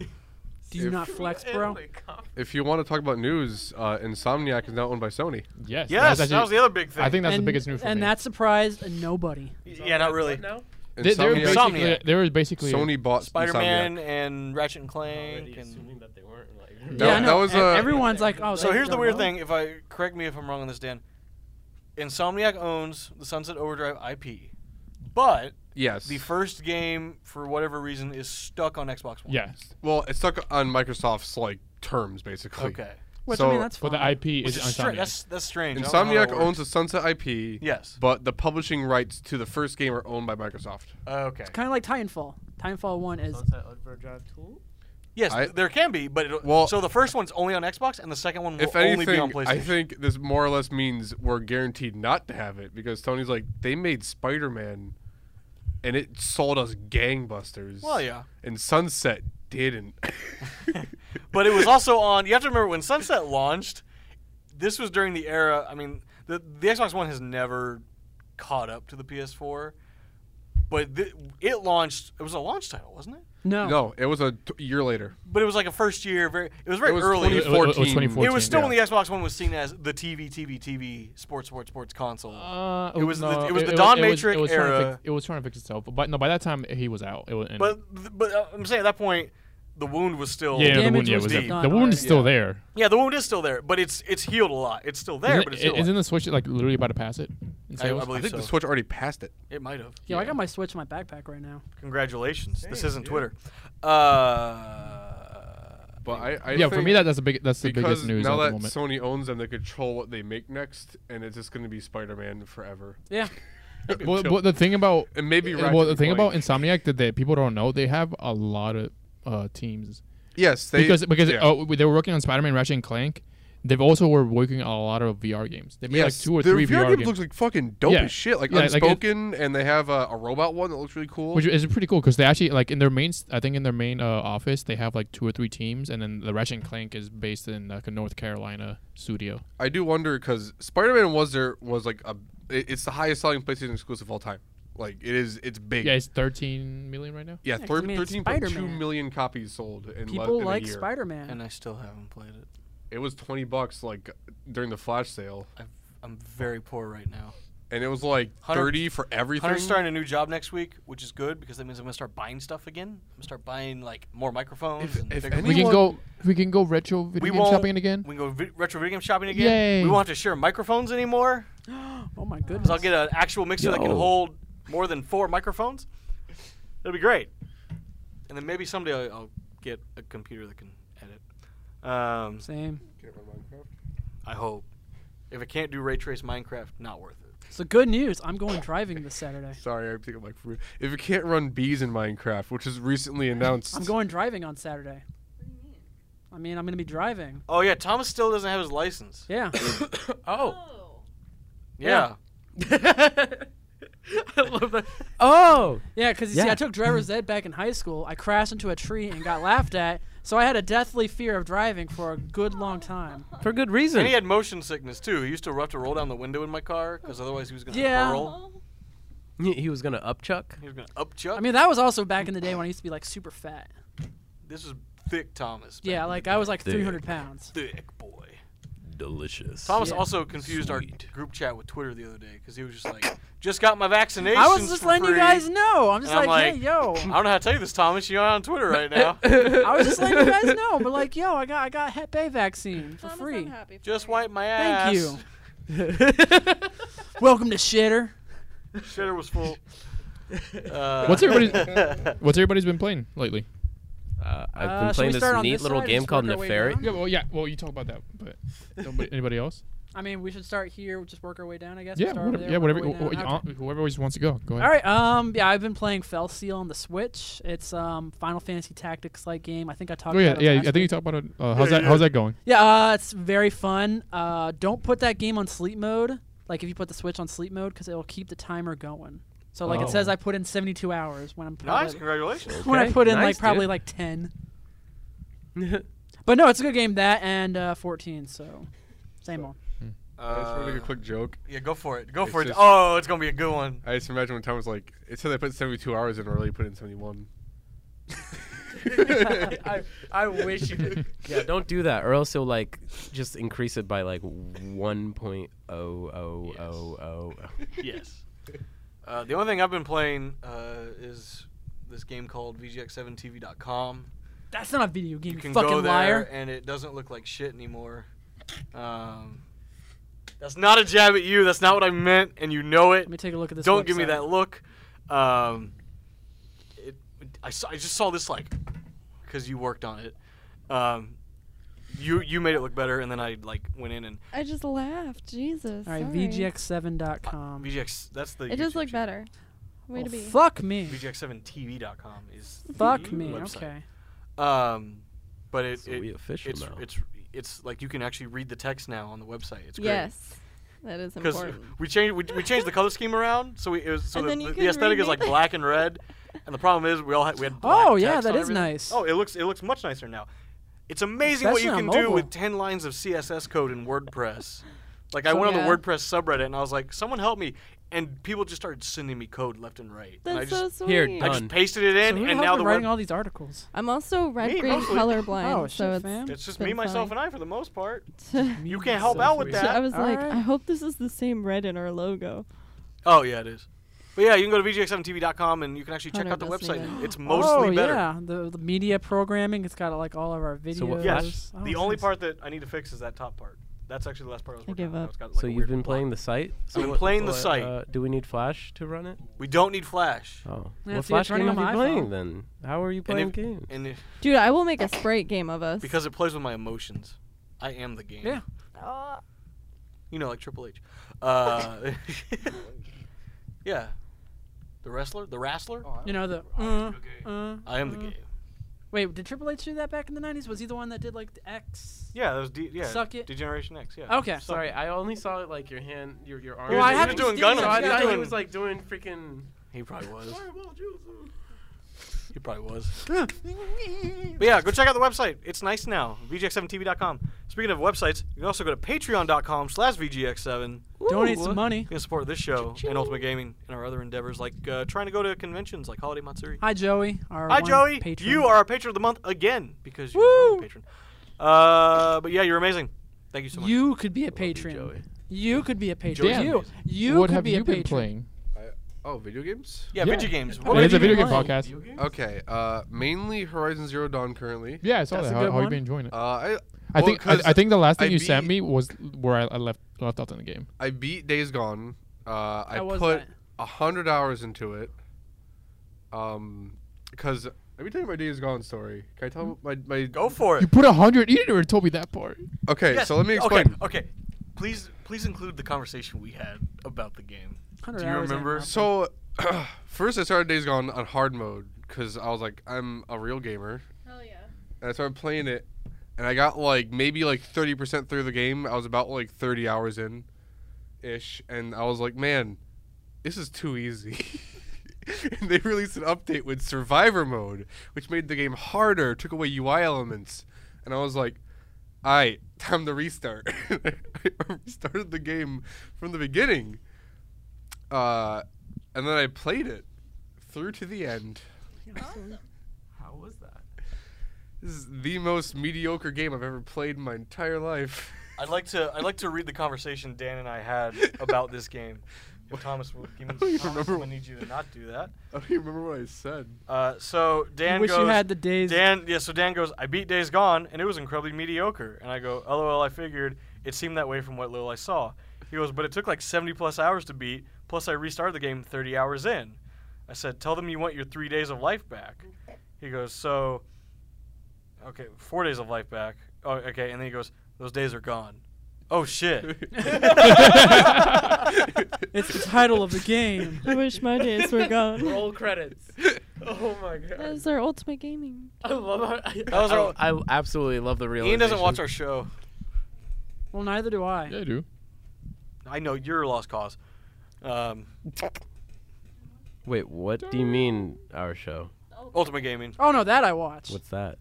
A: Do you not flex, bro?
C: If you want to talk about news, uh, Insomniac is now owned by Sony.
D: Yes.
B: yes,
D: that's actually-
B: that was the other big thing.
D: I think that's
A: and,
D: the biggest news for
A: And
D: me.
A: that surprised nobody.
B: yeah, not really.
D: they, they were
C: Insomniac-
D: basically, they were basically
C: Sony bought
B: Spider-Man
C: Insomniac.
B: and Ratchet and Clank. And
C: No,
A: yeah, I
C: that
A: know.
C: was,
A: and
C: uh,
A: everyone's like, oh.
B: so
A: they-
B: here's the
A: they're
B: weird
A: low.
B: thing. If I correct me if I'm wrong on this, Dan. Insomniac owns the Sunset Overdrive IP, but
C: Yes.
B: the first game for whatever reason is stuck on Xbox One.
D: Yes.
C: well, it's stuck on Microsoft's like terms basically.
B: Okay.
A: Which I
C: So-
A: mean, that's
D: But
A: fine.
D: the IP
B: Which
D: is
B: is stra-
D: Insomniac.
B: that's that's strange. I don't know how
C: Insomniac
B: that works.
C: owns the Sunset IP.
B: Yes.
C: But the publishing rights to the first game are owned by Microsoft.
B: Okay.
A: Kind of like Titanfall. Titanfall One is (laughs)
B: Yes,
C: I-
B: th- there can be, but it'll,
C: Well-
B: so the first one's only on Xbox, and the second one will
C: if
B: only be on
C: anything,
B: PlayStation.
C: I think this more or less means we're guaranteed not to have it because Tony's like they made Spider-Man, and it sold us gangbusters.
B: Well, yeah,
C: And Sunset
B: (laughs)
C: didn't.
B: but it was also on. You have to remember when Sunset launched. This was during the era. I mean, the the Xbox One has never caught up to the PS4, but th- it launched. It was a launch title, wasn't it?
A: no.
C: no, it was a t- year later.
B: But it was like a first year. Very. It was very
C: it was
B: early.
D: It was- it was
C: 2014.
D: 2014.
B: It was still
D: yeah.
B: when the Xbox One was seen as the TV, TV, TV, sports, sports, sports console.
D: Uh,
B: It was the-
D: no,
B: it was the Don Matrix
D: it was trying to
B: era.
D: fix- it was trying to fix itself, but no, by that time he was out. It was, and-
B: but th- but uh, I'm saying at that point, the wound was still
D: yeah, the
A: damage
D: wound, yeah,
A: was
D: was
B: deep.
D: there. the
A: done
D: wound
A: already.
D: is still there.
B: Yeah, the wound is still there, but it's it's healed a lot. It's still there,
D: Isn't-
B: but it's
D: i-
B: still
D: isn't the Switch like literally about to pass it? in
B: I, I
D: sales?
B: believe
C: I think
B: so.
C: the Switch already passed it.
B: it might have.
A: Yo, I
D: Yeah.
A: got my Switch in my backpack right now.
B: Congratulations. this isn't Twitter. Uh,
C: But I, I
D: yeah, for
C: think
D: me that, that's the big that's the
C: because
D: biggest news at
C: now
D: the
C: that
D: moment.
C: Sony owns them, they control what they make next, and it's just going to be Spider-Man forever.
A: Yeah.
D: Uh, well,
C: Until-
D: well, the thing about
C: and maybe
D: uh, well, the
C: Ratchet
D: thing
C: and
D: about
C: Clank.
D: Insomniac that, that people don't know, they have a lot of uh, teams
C: yes, they
D: because because
C: yeah.
D: oh, they were working on Spider-Man, Ratchet and Clank. They've also were working on a lot of VR games. They made
C: Yes,
D: like two or
C: their
D: three
C: VR
D: VR,
C: games,
D: games,
C: looks like fucking dope
D: Yeah.
C: as shit. Like
D: Yeah, like it-
C: Unspoken, and they have a, a robot one that looks really cool.
D: which is pretty cool because they actually like in their main. s- I think in their main uh, office they have like two or three teams, and then the Ratchet and Clank is based in like a North Carolina studio.
C: I do wonder because Spider-Man was there was like a it- it's the highest selling PlayStation exclusive of all time. Like it is, it's big.
D: Yeah, it's 13 million right now.
C: yeah,
A: Yeah, 'cause
C: thir-
A: I mean, it's
C: 13.2
A: Spider-Man.
C: million copies sold in, le-
A: People
C: in a
A: like
C: year.
A: Spider-Man.
B: and I still haven't played it.
C: It was 20 bucks like during the flash sale,
B: I've, I'm very poor right now.
C: and it was like
B: Hunter-
C: 30 for everything.
B: Hunter's starting a new job next week, which is good because that means I'm gonna start buying stuff again. I'm gonna start buying like more microphones.
C: If-
B: and
C: if
B: bigger-
C: any-
D: We can
C: Anyone-
D: go. We can go retro video
B: we
D: game
B: won't-
D: shopping again.
B: We can go vi- retro video game shopping again.
D: Yay.
B: We won't have to share microphones anymore.
A: oh my goodness.
B: So I'll get an actual mixer that can
E: Yo.
B: hold more than four microphones. It'll be great. And then maybe someday I'll, I'll get a computer that can edit. Um,
A: Same.
B: I hope. If it can't do ray trace Minecraft, not worth it.
A: So good news. I'm going driving this Saturday.
C: Sorry, I'm thinking like for- if you can't run bees in Minecraft, which is recently announced.
A: I'm going driving on Saturday. I mean, I'm gonna be driving.
B: Oh yeah, Thomas still doesn't have his (coughs) license.
A: Oh. Yeah.
E: Oh.
F: Oh.
B: Yeah. I love that.
E: Oh,
A: Yeah, because you see,
E: Yeah.
A: I took driver's ed back in high school. I crashed into a tree and got laughed at, so I had a deathly fear of driving for a good long time.
E: for good reason.
B: And he had motion sickness too. He used to have to roll down the window in my car because otherwise he was gonna
A: Yeah.
B: hurl.
E: He he was gonna upchuck.
B: He was gonna upchuck.
A: I mean, that was also back in the day when I used to be like super fat.
B: this is thick Thomas. back
A: Yeah,
B: in the
A: like
B: day.
A: I was like
E: Dude.
A: 300 pounds.
B: thick boy.
E: Delicious.
B: Thomas
A: Yeah.
B: also confused
E: Sweet.
B: our group chat with Twitter the other day because he was just like, (coughs) "Just got my vaccinations."
A: I was just
B: for
A: letting you
B: free."
A: guys know. I'm just
B: And I'm
A: like, hey,
B: like-
A: yo.
B: (laughs) I don't know how to tell you this, Thomas. You're on Twitter
A: (laughs)
B: right now.
A: I was just letting you guys know, but like, yo, I got I got Hep A vaccine for
F: Thomas, I'm
A: free.
F: happy for
B: just
F: you.
B: wipe my ass.
A: Thank you.
E: (laughs)
A: Welcome to shitter.
B: Shitter
A: (laughs)
B: was full. Uh,
D: (laughs) What's
B: (laughs)
D: everybody's- What's everybody's been playing lately?
E: Uh, I've
A: Uh,
E: been
A: should we
E: playing this
A: start on
E: neat
A: this
E: little
A: side or
E: game
A: just
E: called
A: work our way
E: Neferi.
A: down?
D: Yeah, well, yeah, well, you talk about that, but (laughs) nobody, anybody else?
A: I mean, we should start here. We'll just work our way down, I guess.
D: Yeah,
A: Start over
D: whatever,
A: there,
D: yeah,
A: work
D: whatever.
A: our way
D: wh- wh-
A: down.
D: you- uh, Whoever always wants to go, go ahead.
A: All right. Um. Yeah, I've been playing Fell Seal on the Switch. It's um Final Fantasy Tactics like game. I think I talked.
D: Oh yeah,
A: about it
D: yeah. I
A: last
D: think you
A: week.
D: talked about it. Uh, how's that?
B: yeah.
D: How's
B: (laughs)
D: that going? (laughs)
A: yeah. Uh, it's very fun. Uh, don't put that game on sleep mode. Like if you put the Switch on sleep mode, because it'll keep the timer going. So like
D: Oh.
A: it says, I put in 72 hours when I'm
B: nice?
A: probably,
B: Congratulations.
A: when I
E: Okay,
A: put in
E: nice,
A: like probably
E: dude.
A: like 10. (laughs) But no, it's a good game. That and uh, 14. So same old.
C: I just want to make a
B: Uh,
C: quick joke.
B: Yeah, go for it. Go
C: It's
B: for it.
C: just-
B: Oh, it's gonna be a good one.
C: I just imagine when Tom was like, it said they put 72 hours in, or really put in 71.
E: I, I wish
B: (laughs)
E: you could. Yeah, don't do that, or else you'll like just increase it by like one point oh oh oh oh.
B: yes. Uh, the only thing I've been playing uh, is this game called VGX7TV.com.
A: That's not a video game.
B: You can
A: fucking
B: go there,
A: liar.
B: and it doesn't look like shit anymore. Um, that's not a jab at you. That's not what I meant, and you know it.
A: Let me take a look at this.
B: Don't give me
A: website.
B: that look. Um, it, I, saw, I just saw this like because you worked on it. Um, you you made it look better, and then I like went in and
F: I just laughed. Jesus.
A: All right,
F: sorry.
A: VGX7.com.
B: VGX. That's the.
F: It does
B: YouTube
F: look
B: channel.
F: better. Way
B: Oh,
A: Well,
F: to be.
A: Oh, Fuck me.
B: VGX7TV.com is.
A: Fuck
B: the
A: me.
B: website.
A: Okay.
B: Um, but it,
E: So
B: it
E: we official
B: it's,
E: now.
B: it's it's like you can actually read the text now on the website. It's great.
F: yes. That is
B: Because
F: important.
B: we changed we, we changed the color scheme around, so we it was so
F: And
B: the,
F: then you
B: the- the
F: can
B: aesthetic is
F: remake
B: like
F: it.
B: black and red, and the problem is we all had, we had black
A: Oh yeah,
B: text
A: that
B: on
A: is
B: everything.
A: nice.
B: Oh, it looks it looks much nicer now. It's amazing what
A: Especially
B: you
A: on
B: can do
A: mobile.
B: with ten lines of CSS code in WordPress. Like I
A: So,
B: went on
F: yeah.
B: the WordPress subreddit and I was like, "Someone help me!" and people just started sending me code left and right. and I
F: That's
B: just,
F: so sweet.
E: Here,
B: I
E: done.
B: just pasted it in,
A: so who the hell's
B: and now
A: been
B: the
A: writing
B: web-
A: all these articles?
F: I'm also red
B: Me,
F: green
B: mostly.
F: colorblind,
A: Oh,
F: so
A: shit,
F: it's
A: fam.
B: it's just
F: been
B: me, myself,
F: funny.
B: and I for the most part. You
A: Me,
B: can't help
A: myself,
B: out with
A: and
F: So
B: that.
F: (laughs) I was like,
A: Alright.
F: I hope this is the same red in our logo.
B: Oh yeah, it is. But yeah, you can go to vgx7tv.com and you can actually check
F: Hunter
B: out the
F: doesn't
B: website.
F: even-
B: It's
A: oh
B: mostly better.
A: yeah, the, the media programming. It's got like all of our videos.
E: So what-
B: Yes.
A: Oh,
B: the
A: it's
B: only
A: nice.
B: part that I need to fix is that top part. That's actually the last part I was
F: I
B: working
F: give
B: on.
F: up.
B: It's got, like,
E: So
B: a
E: you've
B: weird
E: been
B: block.
E: playing the site. So
B: been
E: what-
B: playing the
E: what,
B: site.
E: Uh, do we need Flash to run it?
B: We don't need Flash.
E: Oh,
A: Yeah,
E: what
A: see, it's
E: Flash
A: running
E: game
A: on
E: are you
A: my
E: playing
A: iPhone.
E: then? How are you playing games?
B: And if,
F: Dude, I will make a sprite game of us.
B: because it plays with my emotions, I am the game.
A: Yeah.
B: You know, like Triple H. Uh, (laughs) yeah. The wrestler, the wrestler.
A: You know the. Uh, uh,
B: I am the
A: uh.
B: game.
A: Wait, did Triple H do that back in the '90s? Was he the one that did like the X?
B: Yeah, that was D- yeah.
A: Suck it.
B: Degeneration X. Yeah.
A: Okay.
B: Suck
E: (laughs) Sorry, I only saw it like your hand, your your arm.
A: Well, I
B: he was
A: haven't
B: doing
A: seen
B: Gundam.
A: it.
E: So I
B: He was
E: thought he
B: doing-
E: was like doing freaking.
B: He probably was.
E: Fireball jutsu.
B: He probably was. But yeah, go check out the website. It's nice now. VGX7TV.com. Speaking of websites, you can also go to patreon.com slash VGX7.
A: Donate
E: Ooh.
A: some money.
B: You can support this show and Ultimate Gaming and our other endeavors like uh, trying to go to conventions like Holiday Matsuri.
A: Hi Joey. Our
B: Hi,
A: one
B: Joey.
A: Patron.
B: You are our patron of the month again because you're our
A: Woo.
B: own patron. Uh, but yeah, you're amazing. Thank you so much.
A: You could be a
E: you,
A: patron.
E: Joey.
A: You could be a patron.
B: Joey's
A: You.
B: amazing.
A: You
D: what
A: could
D: have
A: be
D: you
A: a
D: been
A: patron.
D: playing?
C: oh, video games?
B: yeah,
D: Yeah.
B: video games.
A: What
D: It is
A: have
D: a
A: you
D: video
A: been
D: game
A: playing?
D: podcast.
C: Okay, uh, mainly Horizon Zero Dawn currently.
D: Yeah, I saw
A: That's
D: that.
A: a
D: How,
A: good
D: how you
A: one.
D: been enjoying it?
C: Uh, I,
D: I
C: well,
D: think I,
C: 'cause
D: I think the last thing
C: I
D: you sent
C: beat-
D: me was where I, I left left out in the game.
C: I beat Days Gone. Uh, I
A: How was
C: put
A: that?
C: a hundred hours into it. Um, because let me tell you my Days Gone story. Can I tell
A: Mm-hmm.
C: my my?
B: Go for
D: You
B: it.
D: put a hundred. You never told me that part.
C: Okay,
B: Yes.
C: so let me
B: Okay,
C: explain.
B: Okay, Please, please include the conversation we had about the game.
A: 100
B: Do you
A: hours ain't
B: remember?
A: nothing.
C: So, (clears throat) first I started Days Gone on hard mode because I was like, I'm a real gamer,
F: Hell yeah.
C: and I started playing it, and I got like maybe like thirty percent through the game. I was about like thirty hours in, ish, and I was like, man, this is too easy. (laughs) and they released an update with survivor mode, which made the game harder, took away UI elements. And I was like, all right, time to restart. (laughs) I restarted the game from the beginning. Uh, and then I played it through to the end.
E: How was that?
C: This is the most mediocre game I've ever played in my entire life.
B: I'd like to I'd like to read the conversation Dan and I had about
A: (laughs)
B: this game. If Thomas, will give me,
C: I don't even
B: Thomas I'm
C: remember-
B: gonna need you to not
A: (laughs)
B: do that.
C: (laughs) I don't even remember what
B: (laughs)
C: I said. (laughs)
B: Uh, so Dan
A: wish
B: goes.
A: you had the days.
B: Dan, yeah. So Dan goes. I beat Days Gone, and it was incredibly mediocre. And I go, LOL. I figured it seemed that way from what little I saw. He goes, but it took like 70 plus hours to beat. Plus, I restarted the game 30 hours in. I said, tell them you want your three days of life back. He goes, so. Okay, four days of life back. Oh, okay, and then he goes, those days are gone. Oh shit.
A: It's the title of the game.
F: (laughs) I wish my
A: (laughs)
F: days were gone.
G: Roll credits. Oh my
F: That
G: god.
F: was our ultimate gaming.
G: I love how I,
B: That was our-
E: I absolutely love the real.
B: Ian doesn't watch our show.
A: Well, neither do I.
D: Yeah, I do.
B: I know you're a lost cause. Um,
E: Wait, what do you mean our show?
B: Ultimate Gaming.
A: Oh no, that I watched.
E: What's that?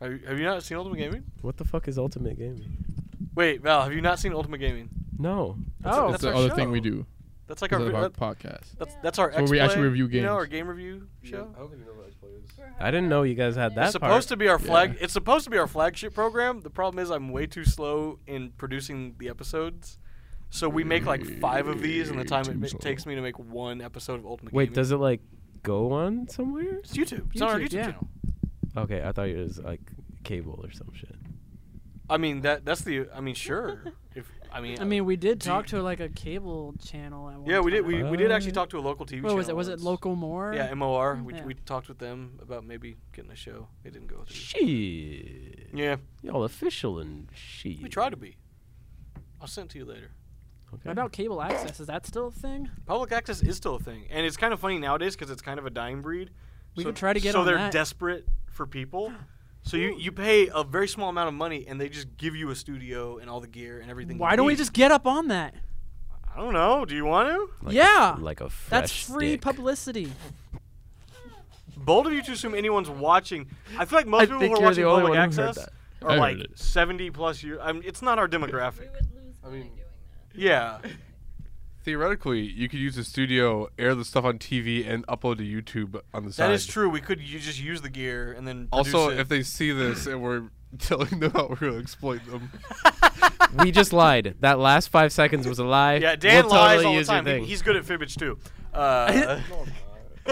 B: Have you, have you not seen Ultimate Gaming?
E: What the fuck is Ultimate Gaming?
B: Wait, Val, have you not seen Ultimate Gaming?
E: No.
A: oh,
D: that's
B: our
D: the other thing
B: show.
D: we do.
B: That's like
D: That's
B: our
D: our
B: that-
D: podcast.
B: that's, that's our
D: It's where
B: X-Play,
D: we actually review
B: You
D: games.
B: know our game review show.
C: don't even know what I
E: I didn't know you guys had that
B: It's supposed to be our
D: Yeah.
B: flag. It's supposed to be our flagship program. The problem is I'm way too slow in producing the episodes. So we make like five of these in the time it
D: Too
B: ma-
D: slow.
B: takes me to make one episode of Ultimate
E: Wait,
B: Gaming.
E: does it like go on somewhere?
B: it's YouTube. It's on our
A: YouTube,
B: YouTube
A: yeah.
B: channel.
E: Okay, I thought it was like cable or some shit.
B: I mean that that's the I mean sure. If I mean
A: I mean, we did
B: Do
A: talk
B: you-
A: to like a cable channel. At one
B: Yeah, we did we,
A: time.
B: we did actually
E: What?
B: talk to a local TV
A: What
B: channel.
A: was it? Was it
B: once.
A: Local More?
B: Yeah, MOR. We,
A: Yeah.
B: we talked with them about maybe getting a show. They didn't go through.
E: Shit.
B: Yeah,
E: Y'all official and shit.
B: we try to be. I'll send it to you later.
E: Okay.
A: What about cable access? Is that still a thing?
B: Public access is still a thing, and it's kind of funny nowadays because it's kind of a dying breed.
A: We could try to get
B: So
A: on
B: they're
A: that.
B: desperate for people.
A: (gasps)
B: So you, you pay a very small amount of money, and they just give you a studio and all the gear and everything. you
A: Why don't we
B: need.
A: just get up on that?
B: I don't know. Do you want to?
E: Like
A: yeah,
B: Ah.
E: A, like a fresh
A: that's free
E: stick.
A: publicity.
B: Bold of you to assume anyone's watching. I feel like most people who
E: think
B: are
E: you're
B: watching
E: the only
B: public
E: one who heard
B: access
E: that.
D: I
B: are
D: heard
B: like
D: it.
B: seventy plus years. I mean, it's not our demographic.
C: mean,
B: Yeah.
C: theoretically, you could use the studio, air the stuff on TV, and upload to YouTube on the side.
B: That is true. We could you just use the gear and then
C: Also,
B: produce it. (laughs)
C: if they see this and we're (laughs) telling them how we're gonna exploit them,
E: (laughs) we just lied. That last five seconds was a lie.
B: yeah, Dan
E: we'll
B: lies
E: totally
B: all the
E: use your
B: time. He-
E: thing.
B: he's good at fibbage too. Uh,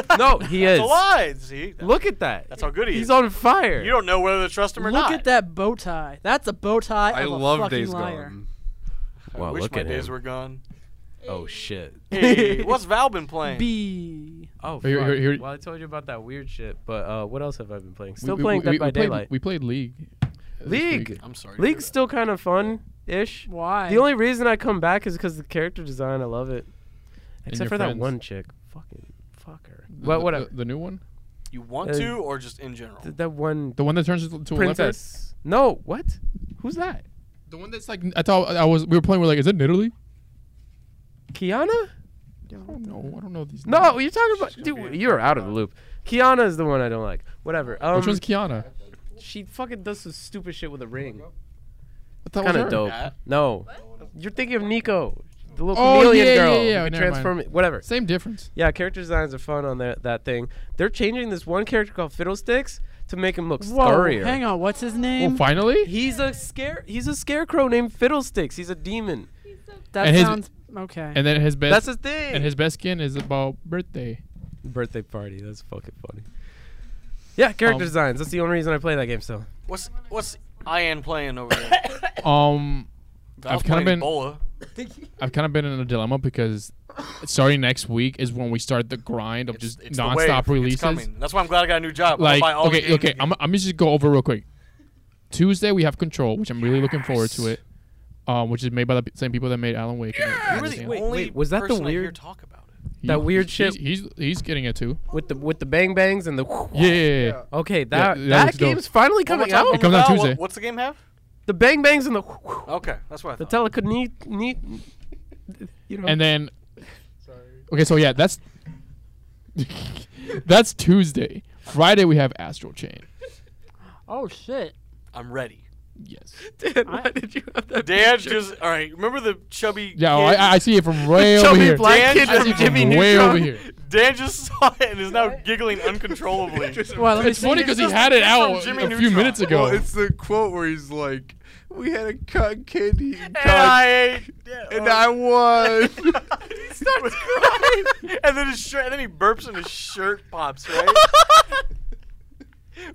E: (laughs) no, he
B: that's
E: is.
B: a lie. See,
E: Look at that.
B: that's how good he is.
E: he's on fire.
B: You don't know whether to trust him or
A: Look
B: not.
A: at that bow tie. That's a bow tie.
C: I
A: of a
C: love
A: fucking
C: Days
A: liar.
C: Gone.
B: I
E: Wow,
B: wish
E: look
B: my
E: at
B: days
E: him.
B: were
E: (laughs)
B: gone.
E: oh shit.
B: (laughs) Hey, what's Val been playing?
A: B.
E: Oh, fuck.
D: Here- here- here-
E: well, I told you about that weird shit, but uh, what else have I been playing?
D: We-
E: Still
D: we-
E: playing
D: we-
E: Dead
D: we
E: by
D: played-
E: Daylight.
D: We played League. uh, this
E: League.
D: week.
B: I'm sorry. to
E: League's
B: hear
E: still kind of fun ish.
A: Why?
E: The only reason I come back is because the character design. I love it.
D: your
E: Except for that
D: friends.
E: one chick. Fucking fuck her.
D: The-
E: But
D: the-
E: whatever.
D: The, the new one,
B: that. You want
E: Uh,
B: to, or just in general?
E: (laughs) Th- that one
D: the one that turns into a leopard.
E: princess. No, what? Who's that?
D: The one that's like I thought I was. We were playing. We're like, is it in Italy?
E: Kiana?
D: I don't know. I don't know these.
E: No,
D: names.
E: you're talking about.
B: She's gonna
E: Dude,
B: be-
E: you're out of the loop. Kiana is the one I don't like. Whatever. Um,
D: Which one's Kiana?
E: She fucking does some stupid shit with a ring.
D: I thought it was
E: Kind of
D: her.
E: dope.
B: That?
E: No. You're thinking of Nico, the little
D: Oh,
E: chameleon
D: yeah,
E: girl.
D: yeah, yeah,
E: who could
D: never mind.
E: transform. Whatever.
D: Same difference.
E: Yeah, character designs are fun on that that thing. They're changing this one character called Fiddlesticks to make him look
A: Whoa,
E: scarier.
A: hang on. What's his name?
D: Well, Oh, finally.
E: He's a scare. He's a scarecrow named Fiddlesticks. He's a demon.
A: that
D: And his-
A: sounds okay.
D: And then his best.
E: That's the thing.
D: and his best skin is about birthday.
E: birthday party. That's fucking funny. Yeah, character
D: Um,
E: designs. That's the only reason I play that game. So
B: What's what's Ian playing over there?
D: Um,
B: Val's
D: I've kinda
B: playing
D: been-
B: Ebola.
D: I've kind of been in a dilemma because starting next week is when we start the grind of just
B: it's the wave.
D: nonstop
B: It's
D: releases.
B: coming. That's why I'm glad I got a new job. I'll
D: like
B: buy all the
D: okay,
B: games
D: okay.
B: again.
D: I'm I'm just go over real quick. Tuesday we have Control, which I'm really looking forward to it. Um, which is made by the p- same people that made Alan Wake. and
B: You were
D: everything
B: the
D: else.
E: Wait,
B: only
E: wait, was that the
B: person I hear
E: weird-
B: talk about it.
D: He-
E: that weird
D: he's-
E: shit-
D: He's, he's he's getting it too.
E: with the with the bang bangs and the
D: Yeah, yeah, yeah, yeah.
E: Okay, that
D: that
E: that,
D: looks dope.
E: game's finally
B: One more
E: coming
B: time,
E: out.
B: one
D: It comes
B: more
D: out
B: time. What-
D: Tuesday.
B: What's the game have?
E: The bang bangs and the
B: Okay, that's what I
E: the
B: thought.
E: (laughs)
B: (laughs)
E: telekinetic. You know.
D: And then Okay, so yeah, that's (laughs) that's Tuesday. Friday we have Astral Chain.
A: Oh shit!
B: I'm
D: (laughs)
B: ready.
D: Yes.
G: Dan,
A: I-
G: why did you have that?
B: Dan
G: picture?
B: just all right. Remember the chubby?
D: Yeah, oh,
B: kid?
D: I, I see it from way
G: Chubby
D: over here.
B: Dan-
G: black kid
B: I
G: from
B: see
D: from
G: Jimmy
D: way
G: Neutron.
D: over here.
B: Dan just saw it and is now giggling
D: (laughs)
B: uncontrollably.
A: Well, let me
D: It's funny
A: see.
D: because he
B: just-
D: had it
B: it's from
D: out
B: Jimmy
D: a few
B: Neutron.
D: minutes ago.
C: Well, it's the quote where he's like, "We had a cotton candy and,
B: And I ate-
C: and
A: (laughs)
C: I won."
B: he starts crying, (laughs) and then his shirt, and then he burps, and his shirt pops.
C: (laughs)
B: Right?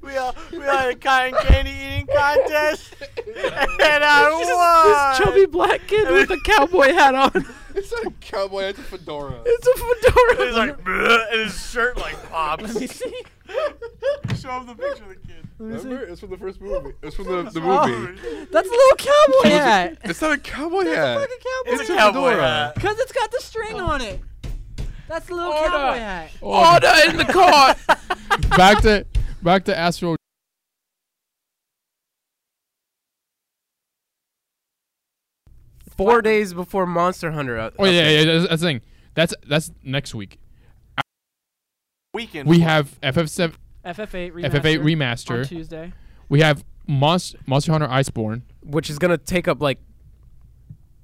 B: we all we all had a cotton candy eating
C: (laughs)
B: contest, and I
G: This
B: won.
G: chubby black kid with a cowboy hat on.
C: (laughs) it's not a cowboy. It's a fedora.
G: It's a fedora.
B: He's like, "Bleh," and his shirt like pops.
G: Let me see.
B: Show him the picture of the kid.
C: Remember? It's from the first movie. It's from the, the
A: Oh.
C: movie.
A: That's a little cowboy
D: (laughs)
A: hat.
C: It's not a cowboy
A: That's a
C: hat.
A: fucking cowboy
B: It's,
A: hat.
B: a cowboy uh,
C: fedora.
B: hat.
A: Because it's got the string on it. That's a little
G: Order.
A: cowboy hat.
D: Oh,
G: Order in the court.
D: (laughs) back to back to Astral
E: (laughs) Four days before Monster Hunter. uh,
D: Oh yeah,
E: update.
D: yeah, yeah, that's, that's the thing. That's that's next week.
B: Weekend.
D: We have FF7,
A: FF8 remaster.
D: FF8
A: on
D: remaster.
A: Tuesday.
D: We have Monster Monster Hunter Iceborne.
E: Which is gonna take up like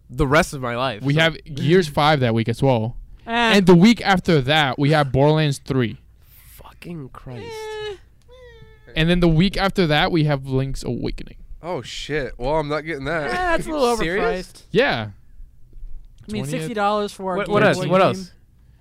E: the rest of my life.
D: We
E: so-
D: have (laughs) Gears Five that week as well.
A: And,
D: And the week after that, we have Borderlands Three.
E: fucking Christ.
D: And then the week after that, we have Link's Awakening.
C: Oh shit! Well, I'm not getting
A: Eh,
C: that.
A: that's a little
E: Serious?
A: overpriced.
D: Yeah.
A: I mean,
D: 20th?
A: sixty dollars for a
E: What,
A: Game
E: what
A: Boy
E: else?
A: Game.
E: What else?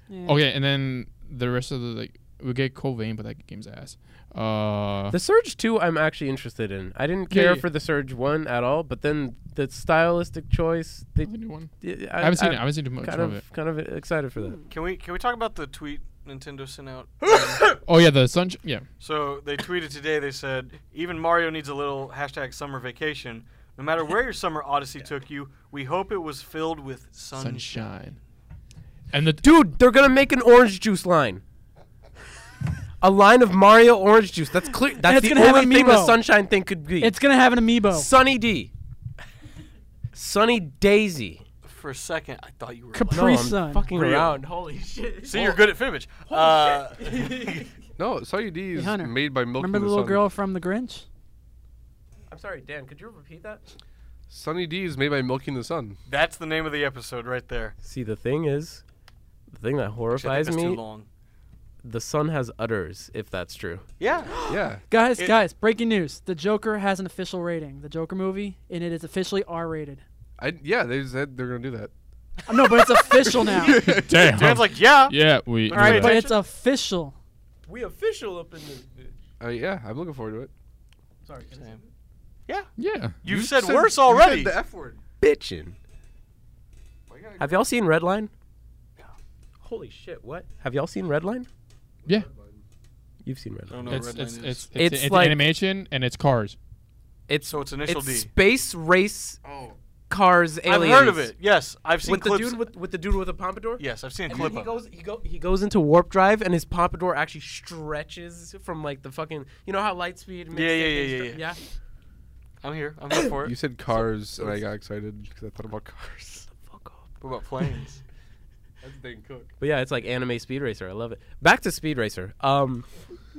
A: Yeah.
D: Okay, and then the rest of the like we get Covain, but that game's ass. Uh,
E: The Surge 2, I'm actually interested in. I didn't care
D: yeah.
E: for the Surge 1 at all, but then the stylistic choice. They,
D: the new one.
E: I,
D: I haven't seen it. I
E: I'm
D: haven't seen too much
E: kind
D: of it. Hmm.
E: kind of excited for that.
B: Can we can we talk about the tweet Nintendo sent out?
D: Oh yeah, the sun. Yeah.
B: so they tweeted today. They said even Mario needs a little hashtag summer vacation. No matter where your summer
E: (laughs)
B: odyssey took you, we hope it was filled with sunshine.
D: Sunshine.
B: (laughs)
D: And the
E: Dude, they're gonna make an orange juice line. A line of Mario orange juice. That's clear. That's
A: it's
E: the
A: gonna have
E: only thing the
A: amiibo.
E: sunshine thing could be.
A: It's gonna have an amiibo.
E: Sunny D. Sunny Daisy.
B: For a second, I thought you were.
A: Capri-
B: lying.
E: No,
A: Sun.
E: I'm fucking
B: Real.
E: around.
G: Holy shit.
B: See, you're good at Fibbage. Uh,
C: No, Sunny D is
A: Hunter,
C: made by Milk.
A: Remember the little girl from The Grinch?
E: I'm sorry, Dan. Could you repeat that?
C: Sunny D is made by Milking the Sun.
B: (laughs) that's the name of the episode right there.
E: See, the thing is, the thing
B: Actually, I
E: that
B: think
E: horrifies
B: that's too
E: me,
B: long.
E: the sun has udders. If that's true. (gasps)
B: Yeah.
C: Yeah.
A: Guys,
B: It-
A: guys, breaking news. The Joker has an official rating. The Joker movie, and it is officially R rated.
C: I, yeah, they said they're gonna do that.
A: Oh, no, but it's official (laughs) now.
D: damn.
B: Dan's like, yeah.
D: yeah, we.
B: All
D: knew
B: right,
D: that.
A: But it's official.
G: We official up in this bitch.
C: Uh, yeah, I'm looking forward to it.
G: Sorry, can I say-
D: yeah.
B: You've said, worse already.
C: You said the F word.
E: Bitchin'. Have y'all seen Redline? Holy shit! What? Have y'all seen Redline?
D: Yeah.
E: You've seen Redline.
B: I don't know
D: It's
B: what
D: it's
B: Redline
D: it's
B: is.
D: it's,
E: It's
D: it's
E: like-
D: animation and it's cars.
E: It's
B: So it's initial
E: it's
B: D.
E: space race
C: Oh.
E: cars
B: I've
E: aliens.
B: heard of it. Yes, I've seen
E: With the
B: clips.
E: dude with, with the dude with the pompadour.
B: yes, I've seen a
E: And
B: clip
E: then he
B: of.
E: goes he go he goes into warp drive and his pompadour actually stretches from like the fucking you know how Lightspeed. makes
B: Yeah,
E: that
B: yeah,
E: thing
B: yeah,
E: stre-
B: yeah, yeah. I'm here. I'm here for
E: (laughs)
C: You
B: it.
C: said cars, and I got excited because I thought about (laughs) cars.
E: Fuck off.
B: What about planes?
C: That's Dan Cook.
E: But yeah, it's like anime Speed Racer. I love it. Back to Speed Racer. Um,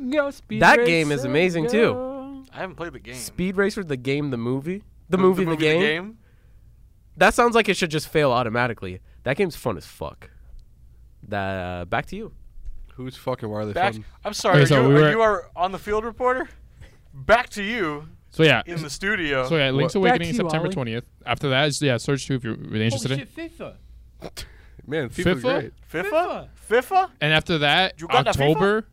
A: Go speed
E: That game is
A: racer,
E: amazing, too.
A: go.
B: I haven't played the game.
E: Speed Racer, the game, the movie, the movie, the, game.
B: the game.
E: That sounds like it should just fail automatically. That game's fun as fuck. That uh, back to you.
C: Who's fucking? Why are they
B: Back.
C: fun?
B: I'm sorry.
D: Okay, so
B: are you,
D: we
B: are
D: were-
B: you our on the field reporter? Back to you
D: So yeah.
B: in the studio.
D: So yeah, Link's
A: Back
D: Awakening
A: to
D: is
A: you,
D: September
A: Ollie.
D: twentieth. After that is yeah, Surge Two if you're really interested in.
G: FIFA.
C: Man, FIFA's
D: FIFA?
C: great.
B: FIFA. FIFA.
D: And after that,
B: You got the FIFA?
D: October.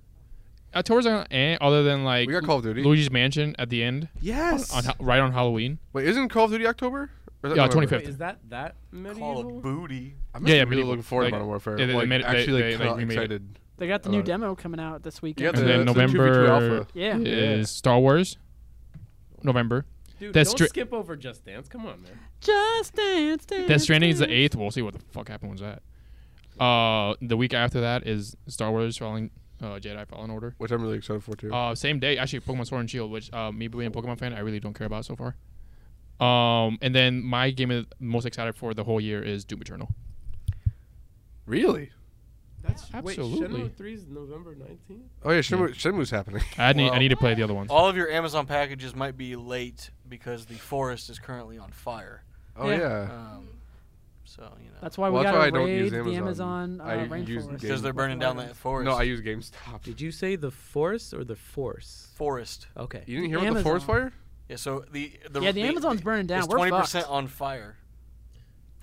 D: October's on eh, other than like
C: We got Call of Duty.
D: Luigi's Mansion at the end
C: Yes.
D: on ha- right on Halloween.
C: Wait, isn't Call of Duty October? Or is that
D: Yeah,
C: November?
D: 25th.
E: is that that
B: Call of
E: medieval?
B: Booty.
C: I'm
D: Yeah,
C: yeah,
D: yeah,
C: really
D: medieval.
C: looking forward to
D: Like-
C: Modern Warfare.
D: yeah, they
C: like,
D: made it- they-
C: actually,
D: they,
C: like,
D: like, remade it.
C: excited.
A: They got the
C: I
A: new
C: love it.
A: demo coming out this
C: Yeah,
A: weekend.
D: And
C: the-
D: then
C: the 2v2
D: November
C: alpha.
A: yeah.
D: is Star Wars. November.
E: Dude,
D: That's
E: don't
D: stri-
E: skip over Just Dance. Come on, man.
A: Just dance, dance.
D: Death Stranding is the
A: dance.
D: eighth. We'll see what the fuck happens with that. Uh, the week after that is Star Wars Falling uh, Jedi Fallen Order.
C: Which I'm really excited for too.
D: Uh, same day, actually, Pokemon Sword and Shield, which uh, me being a Pokemon fan, I really don't care about so far. Um, and then my game is most excited for the whole year is Doom Eternal.
C: really?
E: That's
D: wait, Shenmue Absolutely.
E: Three's November nineteenth.
C: Oh yeah, Shenmue, Shenmue's happening. (laughs)
D: I need I
B: Well- uh,
D: need to play the other ones.
B: All of your Amazon packages might be late because the forest is currently on fire.
C: Oh
A: Yeah.
C: yeah.
B: Um, so you know
A: That's why we
C: Well, that's
A: gotta
C: why I
A: raid
C: don't use
A: the Amazon
C: Amazon.
A: uh,
C: I use
A: rainforest.
B: because
C: Game-
B: they're burning down that forest.
C: no, I use GameStop.
E: Did you say the forest or the force?
B: forest.
E: Okay.
C: You didn't hear about the forest
A: Amazon.
C: fire?
B: Yeah. So the, the
A: Yeah, the Amazon's burning down.
B: It's
A: We're
B: twenty percent
A: fucked.
B: on fire.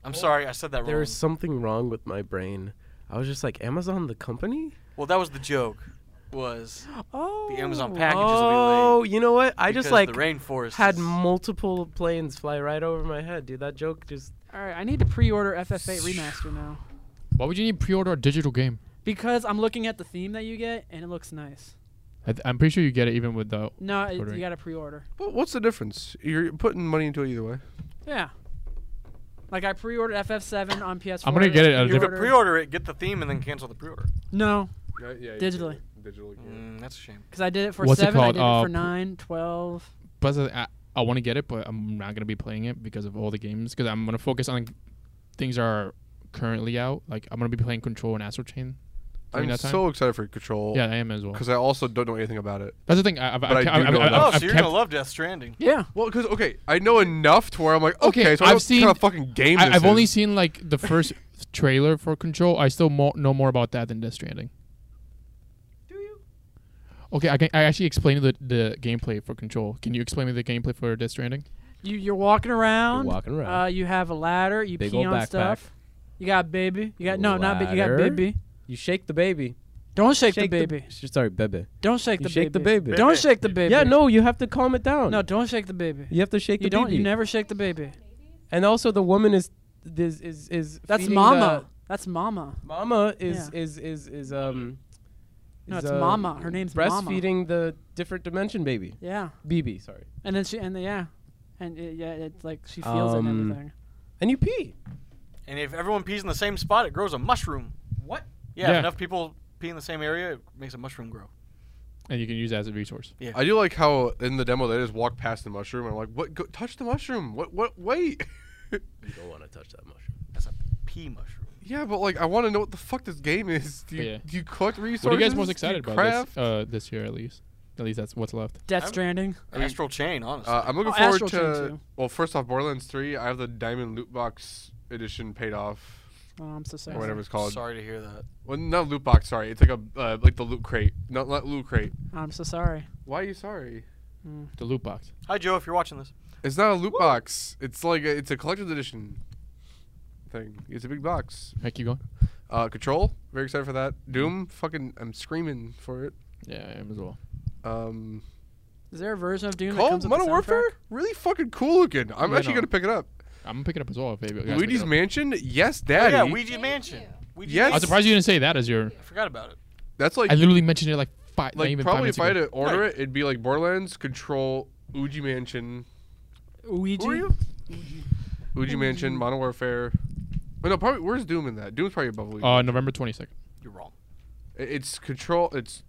B: I'm sorry, I said that wrong.
E: There's something wrong with my brain. I was just like, Amazon, the company?
B: well, that was the joke. Was
A: Oh.
B: the Amazon packages will
E: Oh,
B: be late
E: you know what? I just
B: because
E: like
B: the rainforest
E: had
B: is-
E: multiple planes fly right over my head, dude. That joke just.
A: All right, I need to pre-order FF8 remaster now
D: Why would you need pre-order a digital game?
A: because I'm looking at the theme that you get and it looks nice.
D: I th- I'm pretty sure you get it even with the.
A: No, it, you
D: Ordering.
A: gotta pre-order.
C: Well, what's the difference? You're putting money into it either way.
A: Yeah. Like I pre-ordered FF7 on PS4.
D: I'm gonna get it at a
B: You could
D: different-
B: pre-order it, get the theme, and then cancel the pre-order.
A: No,
C: yeah,
A: you Digitally. did
C: Digitally.
B: Mm, that's a shame.
A: because I did it for
D: What's it
A: seven.
D: called?
A: I did it for
D: Uh,
A: nine, twelve.
D: But I, I want to get it, but I'm not gonna be playing it because of all the games. Because I'm gonna focus on things that are currently out. Like I'm gonna be playing Control and Astral Chain. during
C: I'm
D: that time.
C: so excited for Control.
D: Yeah, I am as well.
C: Because I also don't know anything about it.
D: That's the thing. I, I've,
C: But
D: I've,
C: I do
D: I've,
C: know
D: I've,
C: that.
B: Oh,
D: I've
B: so you're
D: kept,
B: gonna love Death Stranding.
A: Yeah.
C: Well, because okay, I know enough to where I'm like, okay,
D: Okay,
C: so I know
D: I've
C: what
D: seen-
C: kind of fucking game.
D: I,
C: this
D: I've only
C: is.
D: seen like the first (laughs) trailer for Control. I still mo- know more about that than Death Stranding.
G: Do you?
D: Okay, I can I actually explained the the gameplay for Control. Can you explain me the gameplay for Death Stranding?
A: You you're walking around.
E: walking
A: Uh, you have a ladder. You
E: Big
A: pee
E: old
A: on
E: backpack.
A: stuff. You got baby. You got no, not baby. You got
E: Ladder.
A: baby.
E: you shake the baby.
A: Don't shake, the baby.
E: sorry, baby.
A: don't shake
E: You
A: the baby.
E: shake the baby.
A: Don't shake the baby.
E: Yeah, no, you have to calm it down.
A: No, don't shake the baby.
E: you have to shake
A: You
E: the
A: don't.
E: baby.
A: You never shake the baby.
E: and also, the woman is is is, is
A: That's
E: feeding
A: mama. That's mama.
E: the- mama is, is is is um.
A: No,
E: is,
A: it's
E: uh,
A: mama. Her name's mama.
E: breastfeeding the different dimension baby.
A: Yeah.
E: BB, sorry.
A: And then she and the, yeah, and it, yeah, it's like she feels it
E: Um,
A: and everything.
E: And you pee.
B: And if everyone pees in the same spot, it grows a mushroom.
G: What?
B: Yeah,
D: Yeah.
B: if enough people pee in the same area, it makes a mushroom grow.
D: And you can use that as a resource.
C: I do like how in the demo they just walk past the mushroom. And I'm like, what? Go, touch the mushroom. What? What? Wait. (laughs)
E: You don't want to touch that mushroom.
B: That's a pea mushroom.
C: yeah, but like, I want to know what the fuck this game is. Do you,
D: Yeah.
C: do you collect resources?
D: What are you guys most
C: Do
D: excited
C: you
D: about
C: craft?
D: this, uh, this year at least? At least that's what's left.
A: Death
B: I'm-
A: Stranding.
C: I mean-
B: Astral chain, honestly.
C: Uh, I'm looking
A: Oh,
C: forward
A: Astral Chain
C: to.
A: too.
C: Well, first off, Borderlands 3. I have the Diamond Loot Box edition paid off,
A: Oh, I'm so sorry.
C: or whatever it's called.
B: Sorry to hear that.
C: Well, not loot box. Sorry, it's like a uh, like the loot crate. Not, not loot crate.
A: I'm so sorry.
C: Why are you sorry?
D: The loot box.
B: Hi, Joe, if you're watching this.
C: It's not a loot box. It's like a, it's a collector's edition thing. It's a big box.
D: All right, keep going.
C: Uh, Control. Very excited for that. Doom. Fucking, I'm screaming for it.
D: Yeah, I am as well.
C: Um,
A: Is there a version of Doom that
C: Call
A: comes with
C: Modern
A: the
C: Warfare.
A: soundtrack?
C: Really fucking cool looking. I'm
D: Yeah,
C: actually
D: no.
C: gonna pick it up.
D: I'm gonna pick it up as well. If you guys pick it
C: Luigi's
D: up.
C: Mansion. Yes,
B: Oh,
C: Daddy.
B: yeah, Ouija Mansion. Ouija
C: Yes.
D: I was
B: Mansion.
D: surprised you didn't say that as your.
B: I forgot about it.
C: That's like
D: I literally mentioned it like five. not
C: like
D: even
C: probably
D: five
C: if I had
D: minutes
C: to
D: ago.
C: order
B: Right.
C: it, it'd be like Borderlands, Control, Ouija Mansion,
A: Ouija.
B: Who are you?
C: Ouija Mansion, Modern Warfare. But no, probably where's Doom in that? Doom's probably above Ouija.
D: Uh, November 22nd.
B: You're wrong.
C: I- It's Control. It's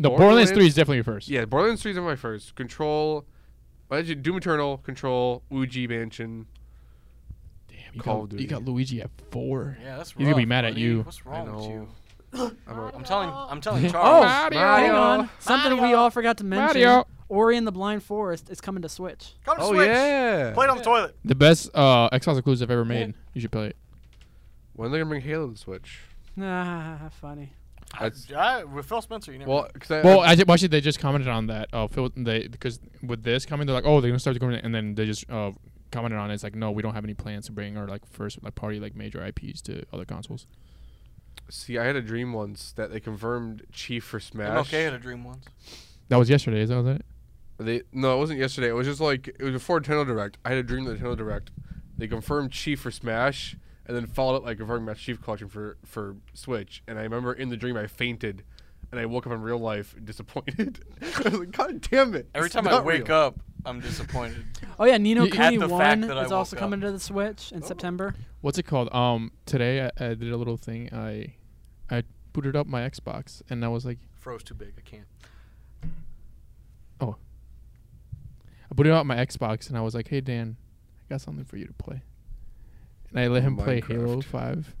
D: No, Borderlands,
C: Borderlands?
D: 3 is definitely your first.
C: yeah. Borderlands three is my first. Control. Why did you Doom Eternal? Control. Ouija Mansion.
D: Damn, you,
C: Call
D: got,
C: of
D: you
C: Duty.
D: got Luigi at four.
B: Yeah, that's rough.
D: He's gonna be mad at
B: buddy.
D: you.
B: What's wrong with
C: know. (laughs)
B: you?
C: I'm a-
B: I'm telling. I'm
C: (laughs)
B: telling
A: Oh,
B: Charles.
D: Mario.
A: hang
C: Mario.
A: on. Something we all forgot to mention.
D: Mario.
A: Ori and the Blind Forest is coming to Switch.
B: Come to
C: Oh
B: Switch.
C: yeah.
B: Play it on the toilet.
D: The best uh, Xbox exclusive I've ever made. You should play it.
C: When are they gonna bring Halo to the Switch?
A: Ah, funny.
C: That's-
B: I, with Phil Spencer, you never.
C: Well, cause I,
D: Well, I ju- actually, they just commented on that. Uh, Phil, they because with this coming, they're like, oh, they're gonna start coming, and then they just uh, commented on it. It's like, no, we don't have any plans to bring our like first like party like major IPs to other consoles.
C: see, I had a dream once that they confirmed Chief for Smash.
B: MLK had a dream once.
D: That was yesterday, is that was it?
C: They no, it wasn't yesterday. It was just like it was before Nintendo Direct. I had a dream that Nintendo Direct. They confirmed Chief for Smash, and then followed up like confirming Master Chief Collection for for Switch. And I remember in the dream I fainted, and I woke up in real life disappointed. (laughs) I was like, God damn it!
B: Every
C: it's
B: time I
C: not
B: wake
C: real."
B: up, I'm
C: (laughs)
B: disappointed.
A: Oh yeah, Nino
D: You- Add
A: Kuni
B: the fact
A: One
B: that I
A: is also
B: woke
A: coming
B: up.
A: to the Switch in September.
D: What's it called? Um, today I, I did a little thing. I I booted up my Xbox, and I was like,
B: Froze too big. I can't.
D: I booted up my Xbox, and I was like, hey Dan, I got something for you to play. And I let him play Halo
C: Minecraft.
D: Five.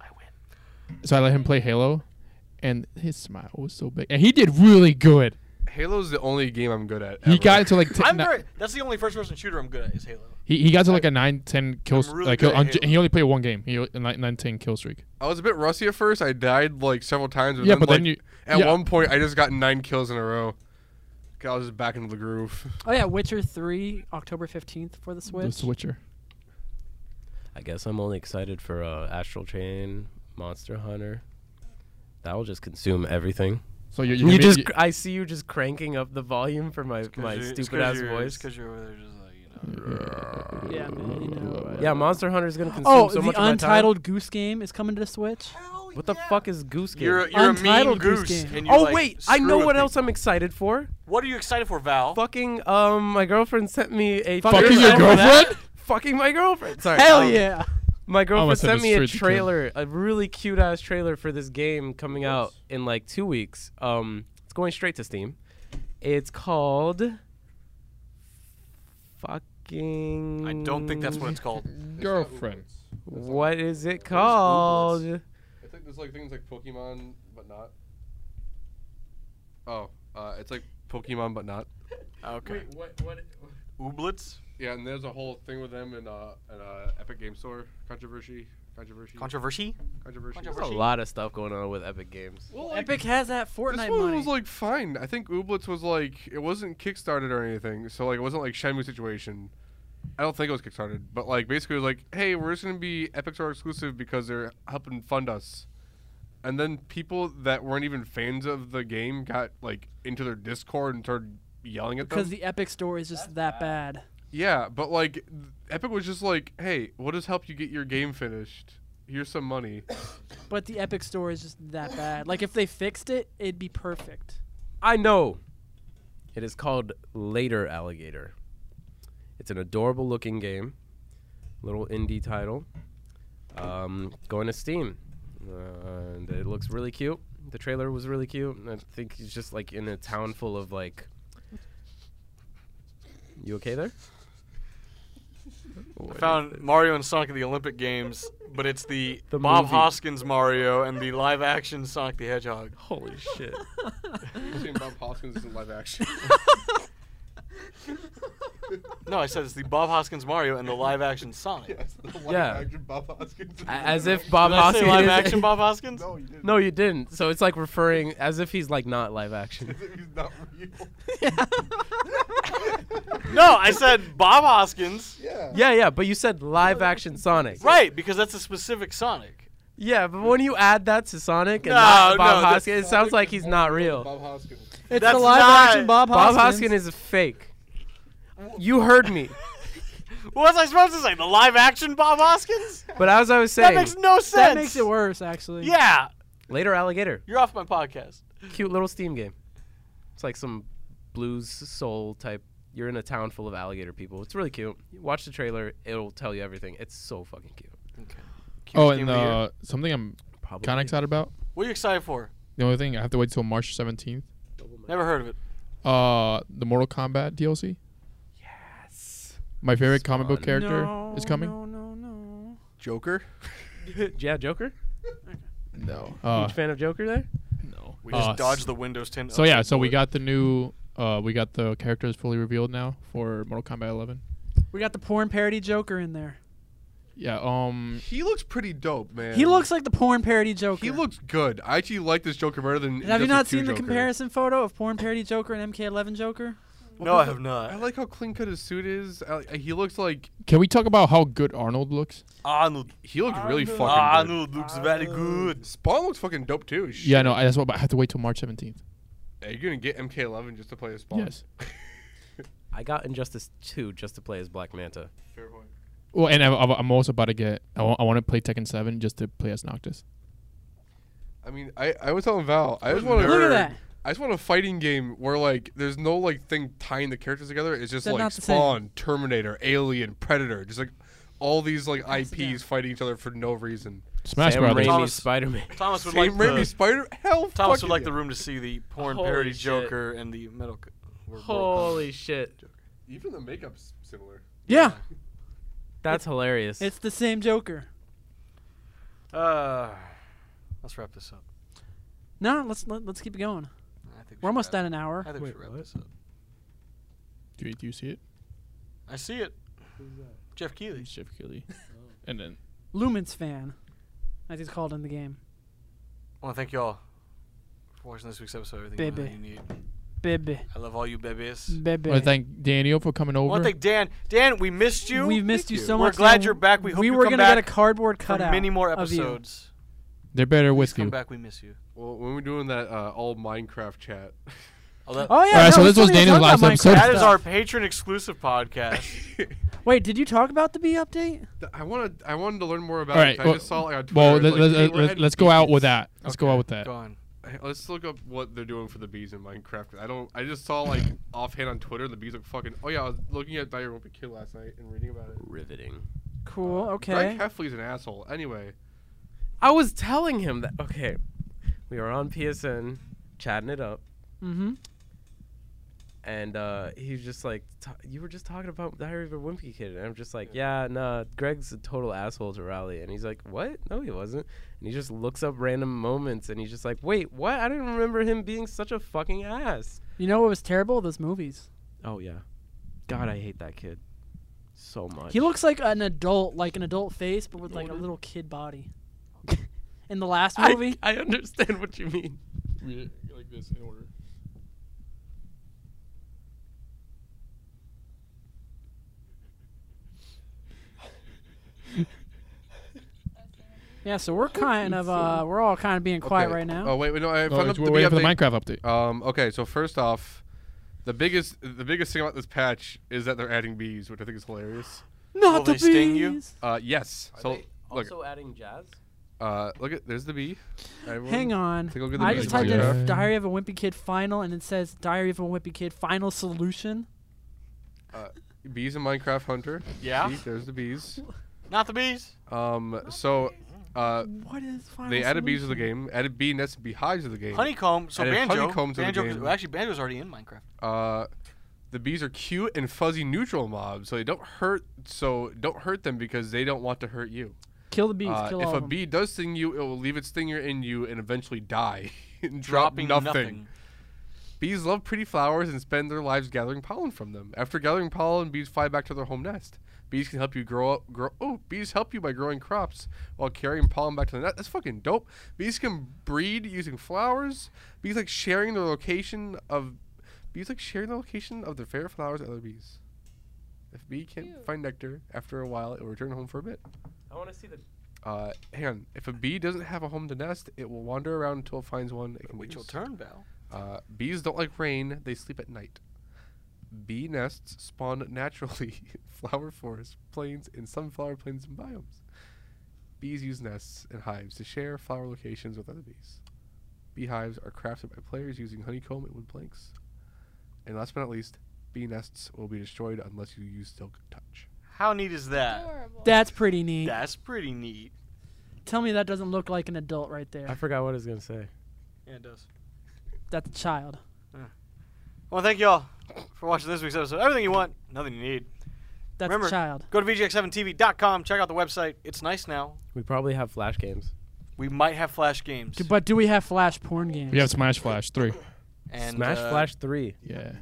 B: I win.
D: so I let him play Halo, and his smile was so big, and he did really good.
C: Halo's the only game I'm good at.
D: He
C: ever.
D: got it to like t-
B: I'm
D: ni-
B: very, that's the only first person shooter I'm good at is Halo.
D: he, he got to like a 9 10
B: I'm
D: kill s-
B: really
D: like
B: good at
D: on, j-
B: Halo.
D: and he only played one game. He a 9, 9 10 kill streak.
C: I was a bit rusty at first. I died like several times.
D: Yeah, but
C: like,
D: then you
C: At
D: yeah.
C: one point, I just got nine kills in a row. 'Cause I was just back into the groove.
A: Oh yeah, Witcher Three, October fifteenth for the Switch.
D: the Switcher.
E: I guess I'm only excited for uh, Astral Chain, Monster Hunter. That will just consume everything.
D: So you
E: You, just,
D: you,
E: I see you just cranking up the volume for my
B: 'Cause
E: my
B: you- it's 'cause
E: stupid ass
B: you're-
E: voice.
B: because you're over there just like you know.
A: Yeah, man, you know.
E: Yeah, Monster Hunter is gonna consume
A: Oh,
E: so
A: the
E: much of my time.
A: Untitled Goose Game is coming to the Switch.
E: What the fuck is Goose Game?
B: You're, you're a mean
A: Untitled Goose
B: goose.
A: Game.
B: And you
E: oh
B: like,
E: wait, I
B: screw
E: know
B: with
E: what
B: people.
E: else I'm excited for.
B: What are you excited for, Val?
E: Fucking um, my girlfriend sent me a
D: fucking
E: trailer-
D: your girlfriend?
E: Fucking my girlfriend. Sorry.
A: Hell
E: um,
A: yeah!
E: My girlfriend
D: Almost had
E: sent
D: a
E: me a
D: straight to kill.
E: trailer, a really cute ass trailer for this game coming out in like two weeks. Um, it's going straight to Steam. It's called fucking.
B: I don't think that's what it's called.
E: Mm.
D: Girlfriend.
E: What is it called?
C: I think there's like things like Pokemon, but not. Oh, uh, it's like Pokemon, but not.
B: Okay.
E: what? What?
B: Ooblets?
C: Yeah, and there's a whole thing with them in uh, in uh, Epic Game Store controversy, controversy,
B: Controversy?
C: controversy.
B: controversy.
E: There's a lot of stuff going on with Epic Games.
C: Well, like,
A: Epic has that
C: this
A: Fortnite
C: one
A: money.
C: was like fine. I think Ooblets was like it wasn't kickstarted or anything, so like it wasn't like Shenmue situation. I don't think it was kickstarted, but like basically it was like, hey, we're just gonna be Epic Store exclusive because they're helping fund us. And then people that weren't even fans of the game got like into their Discord and started yelling at them.
A: because the Epic Store is just that bad.
C: Yeah, but like th- Epic was just like, "Hey, we'll just help you get your game finished. Here's some
E: (laughs)
C: money."
A: But the Epic Store is just that bad. Like if they fixed it, it'd be perfect.
E: I know. It is called Later Alligator. It's an adorable looking game, little indie title. Um, going to Steam, uh, and it looks really cute. The trailer was really cute. and I think he's just like in a town full of like. You okay there?
B: I found Mario and Sonic at the Olympic Games, but it's the,
E: The
B: Bob
E: movie.
B: Hoskins Mario and the live action Sonic the Hedgehog.
E: Holy shit!
C: Seeing Bob Hoskins is in live (laughs) action.
A: (laughs)
B: No, I said it's the Bob Hoskins Mario and the live action Sonic.
E: Yeah.
C: action Bob Hoskins. is
E: As
C: in
E: if
C: live
E: Bob
B: Did I
E: Hoskins.
B: say live action Bob Hoskins?
C: action. No, you didn't.
E: (laughs) No, you didn't. So it's like referring as if he's like not live action. (laughs)
C: As if (laughs) he's not real.
B: No, I said Bob Hoskins.
C: Yeah.
E: Yeah, yeah, but you said live action Sonic.
B: Right, because that's a specific Sonic.
E: Yeah, but when you add that to Sonic and
B: No,
E: not Bob
B: no, that-
E: Hoskins, it sounds like he's not real.
C: Bob Hoskins.
A: It's
B: That's
A: the live action
B: not-
A: Bob
E: Bob
A: Hoskins.
E: Hoskins is fake. You heard me.
B: What was I supposed to say? The live action Bob Hoskins?
E: But as I was
B: That
E: saying,
B: makes no sense.
A: that makes it worse, actually.
B: Yeah,
E: later alligator,
B: you're off my podcast.
D: Oh,
E: cute little Steam game. It's like some blues soul type. You're in a town full of alligator people. It's really cute. Watch the trailer; it'll tell you everything. It's so fucking cute.
D: Oh,
B: Game
D: and
B: of the year.
D: uh, something I'm
E: Probably
D: kind of excited about.
B: what are you excited for?
D: The only thing I have to wait till March 17th.
B: Never heard of it.
D: Uh, the Mortal Kombat DLC. Yes. My favorite comic book
E: Spawn.
D: character
A: No,
D: is coming.
A: No, no, no.
C: Joker.
E: yeah, Joker.
D: No. Uh,
E: Huge fan of Joker there.
D: no.
B: We just
D: Uh,
B: dodged the Windows 10.
D: So yeah, so we got the new, uh, we got the characters fully revealed now for Mortal Kombat 11.
A: We got the porn parody Joker in there.
D: Yeah. Um.
C: He looks pretty dope, man.
A: He looks like the porn parody Joker.
C: He looks good. I actually like this Joker better than.
A: Have you
C: Injustice
A: not
C: 2
A: seen the
C: Joker.
A: comparison photo of porn parody Joker and MK11 Joker?
B: No, I have not.
C: I like how clean cut his suit is. I, I- he looks like
D: Can we talk about how good Arnold looks?
B: Arnold.
C: he looked really fucking. good.
B: Ah, Arnold looks very good.
C: Spawn looks fucking dope too. Shit.
D: Yeah. No. I- That's what. But I have to wait till March 17th.
C: Are you gonna get MK11 just to play a Spawn? (laughs)
D: Yes.
E: I got Injustice 2 just to play as Black Manta.
C: Fair point.
D: Well, and I, I'm also about to get. I want to play Tekken 7 just to play as Noctis.
C: I mean, I, I was telling Val, I just
B: What
C: want
B: a
C: a
A: Look at
B: nerd.
A: that.
C: I just want a fighting game where like there's no like thing tying the characters together. It's just
A: They're
C: like
A: not the same.
C: Spawn, Terminator, Alien, Predator, just like all these like
A: Yes,
C: IPs
A: yeah.
C: fighting each other for no reason.
D: Smash
E: Sam
D: Brothers.
E: Raimi's
B: Thomas-
E: Spider-Man. (laughs)
B: Thomas would
C: Same
B: like
C: Raimi,
B: the,
C: Spider, hell,
B: Thomas
C: fucking
B: would like the
C: yeah.
B: room to see the porn
E: Holy
B: parody
E: shit.
B: Joker and the metal. c- or Mortal
E: Holy shit.
C: Even the makeup's similar.
A: Yeah,
E: That's hilarious.
A: it's the same Joker.
B: Kombat. Uh, Let's wrap this up.
A: No, let's let, let's keep going.
B: I think we should
A: We're almost
B: wrap-
A: at an hour.
B: I think we
E: Wait,
B: should wrap
E: what?
B: this up.
D: Do you, do you see it?
B: I see it.
G: Who's that?
B: Jeff Keeley.
D: It's Jeff
B: (laughs)
D: Keighley. (laughs) and then
A: Lumens fan, as he's called in the game.
B: I want to thank y'all for watching this week's episode. Everything you know
A: Baby. Mm.
B: you need.
A: Baby,
B: I love all you babies.
A: baby.
D: I want to thank Daniel for coming
B: I
D: over.
B: want to thank Dan. Dan, we missed you.
A: We've missed you so
B: We're
A: much.
B: glad
A: Dan.
B: you're back. We hope
A: we
B: you
A: were
B: come
A: gonna
B: back
A: get a cardboard
B: for
A: cutout.
B: many more
A: of you.
B: episodes.
D: They're better
B: Please
D: with
B: come
D: you.
B: back. We miss you.
C: Well, when we're doing that uh, all Minecraft (laughs) chat,
B: Oh, that-
A: Oh yeah.
D: All right,
A: no,
D: so
A: we
D: this
A: still
D: was
A: need to
D: Daniel's
A: talk about
D: last episode.
A: Minecraft
B: that is
A: stuff.
B: our patron exclusive
C: (laughs)
B: podcast.
A: Wait, did you talk about the B update?
C: I wanted I wanted to learn more about.
D: All
C: it.
D: right,
C: 'cause I
D: well-
C: just saw it, like, on Twitter.
D: Well,
C: it's
D: let,
C: like,
D: let,
C: hey, we're
D: let,
C: adding
D: let's go out
C: beacons.
D: with that. Let's go out with that.
B: Go on.
C: Hey, Let's look up what they're doing for the bees in Minecraft. I don't. I just saw
D: (laughs)
C: like offhand on Twitter the bees look fucking. Oh yeah, I was looking at Diorama Kill last night and reading about it.
E: Riveting.
A: Cool.
B: Uh,
A: Okay.
C: Greg Heffley's an asshole. Anyway,
E: I was telling him that. Okay, we were on PSN, chatting it up,
A: Mm-hmm.
E: and uh, he was just like, "Ta- "You were just talking about Diary of a Wimpy Kid," and I'm just like, "Yeah, nah, Greg's a total asshole to Raleigh," and he's like, "What? No, he wasn't." And he just looks up random moments, and he's just like, "Wait, what? I didn't remember him being such a fucking ass."
A: You know what was terrible? Those movies.
E: Oh yeah, God, I hate that kid so much.
A: He looks like an adult, like an adult face, but with like a little kid body. (laughs) In the last
E: I-
A: movie,
E: I understand what you mean.
D: Read it like this in order.
A: yeah. So we're kind of,
B: (laughs)
A: uh, we're all kind of being quiet
C: Okay.
A: right now.
C: Oh wait, wait, no, I
D: Oh,
C: found out
D: it's-
C: the
D: we're
C: bee
D: waiting for the
C: update.
D: Minecraft update.
C: Um. Okay, so first off, the biggest the biggest thing about this patch is that they're adding bees, which I think is hilarious.
A: Not
B: Will
A: the
B: they sting you?
A: bees.
C: Uh. Yes. so look.
E: adding jazz.
C: Uh. Look at there's the bee.
A: Hang on.
C: Take a look at the
A: I
C: bees
A: just typed in
D: Yeah.
A: "Diary of a Wimpy Kid" final, and it says "Diary of a Wimpy Kid" final solution.
C: Bees in Minecraft Hunter.
B: Yeah.
C: See, there's the bees.
B: Not the bees.
C: Um. So, uh,
A: What is final?
C: they added bees to the
A: solution?
C: game. Added bee nests and beehives to the game.
B: Honeycomb. So
C: Added
B: banjo.
C: honeycombs to the
B: banjo.
C: game.
B: well, actually, banjo's already in Minecraft.
C: Uh, the bees are cute and fuzzy neutral mobs, so they don't hurt. So don't hurt them because they don't want to hurt you.
A: Kill the bees.
C: Uh,
A: kill
C: if
A: all
C: a
A: of them.
C: bee does sting you, it will leave its stinger in you and eventually die. (laughs) and drop
B: Dropping
C: nothing.
B: nothing.
C: Bees love pretty flowers and spend their lives gathering pollen from them. After gathering pollen, bees fly back to their home nest. Bees can help you grow up. Grow, oh, bees help you by growing crops while carrying pollen back to the nest. That's fucking dope. Bees can breed using flowers. Bees like sharing the location of. Bees like sharing the location of their favorite flowers with other bees. If a bee can't
F: Cute.
C: find nectar after a while, it will return home for a bit.
E: I want to see the.
C: Uh, hang on. If a bee doesn't have a home to nest, it will wander around until it finds one. It can
B: Wait till
C: use.
B: turn bell.
C: Uh, bees don't like rain. They sleep at night. Bee nests spawn naturally (laughs) in flower forests, plains, and sunflower plains and biomes. Bees use nests and hives to share flower locations with other bees. Beehives are crafted by players using honeycomb and wood planks. And last but not least, bee nests will be destroyed unless you use silk touch.
B: How neat is that?
F: Adorable.
A: That's pretty neat.
B: That's pretty neat.
A: Tell me that doesn't look like an adult right
E: I
A: there.
E: forgot what I was gonna say.
B: Yeah, it does.
A: That's a child.
B: Well, thank y'all for watching this week's episode. Everything you want, nothing you need.
A: That's
B: Remember-
A: a child.
B: Go to VGX7TV.com. Check out the website. It's nice now.
E: We probably have flash games.
B: We might have Flash games.
A: Do- but do we have flash porn games?
D: We have Smash Flash three.
B: And,
E: Smash
B: uh,
E: Flash Three.
D: Yeah.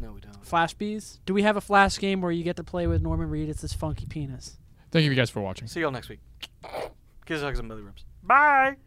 B: No, we don't.
A: Flash bees? Do we have a flash game where you get to play with Norman Reed? It's this funky penis.
D: Thank you guys for watching.
B: See y'all next week. Kiss hugs and belly rubs. Bye.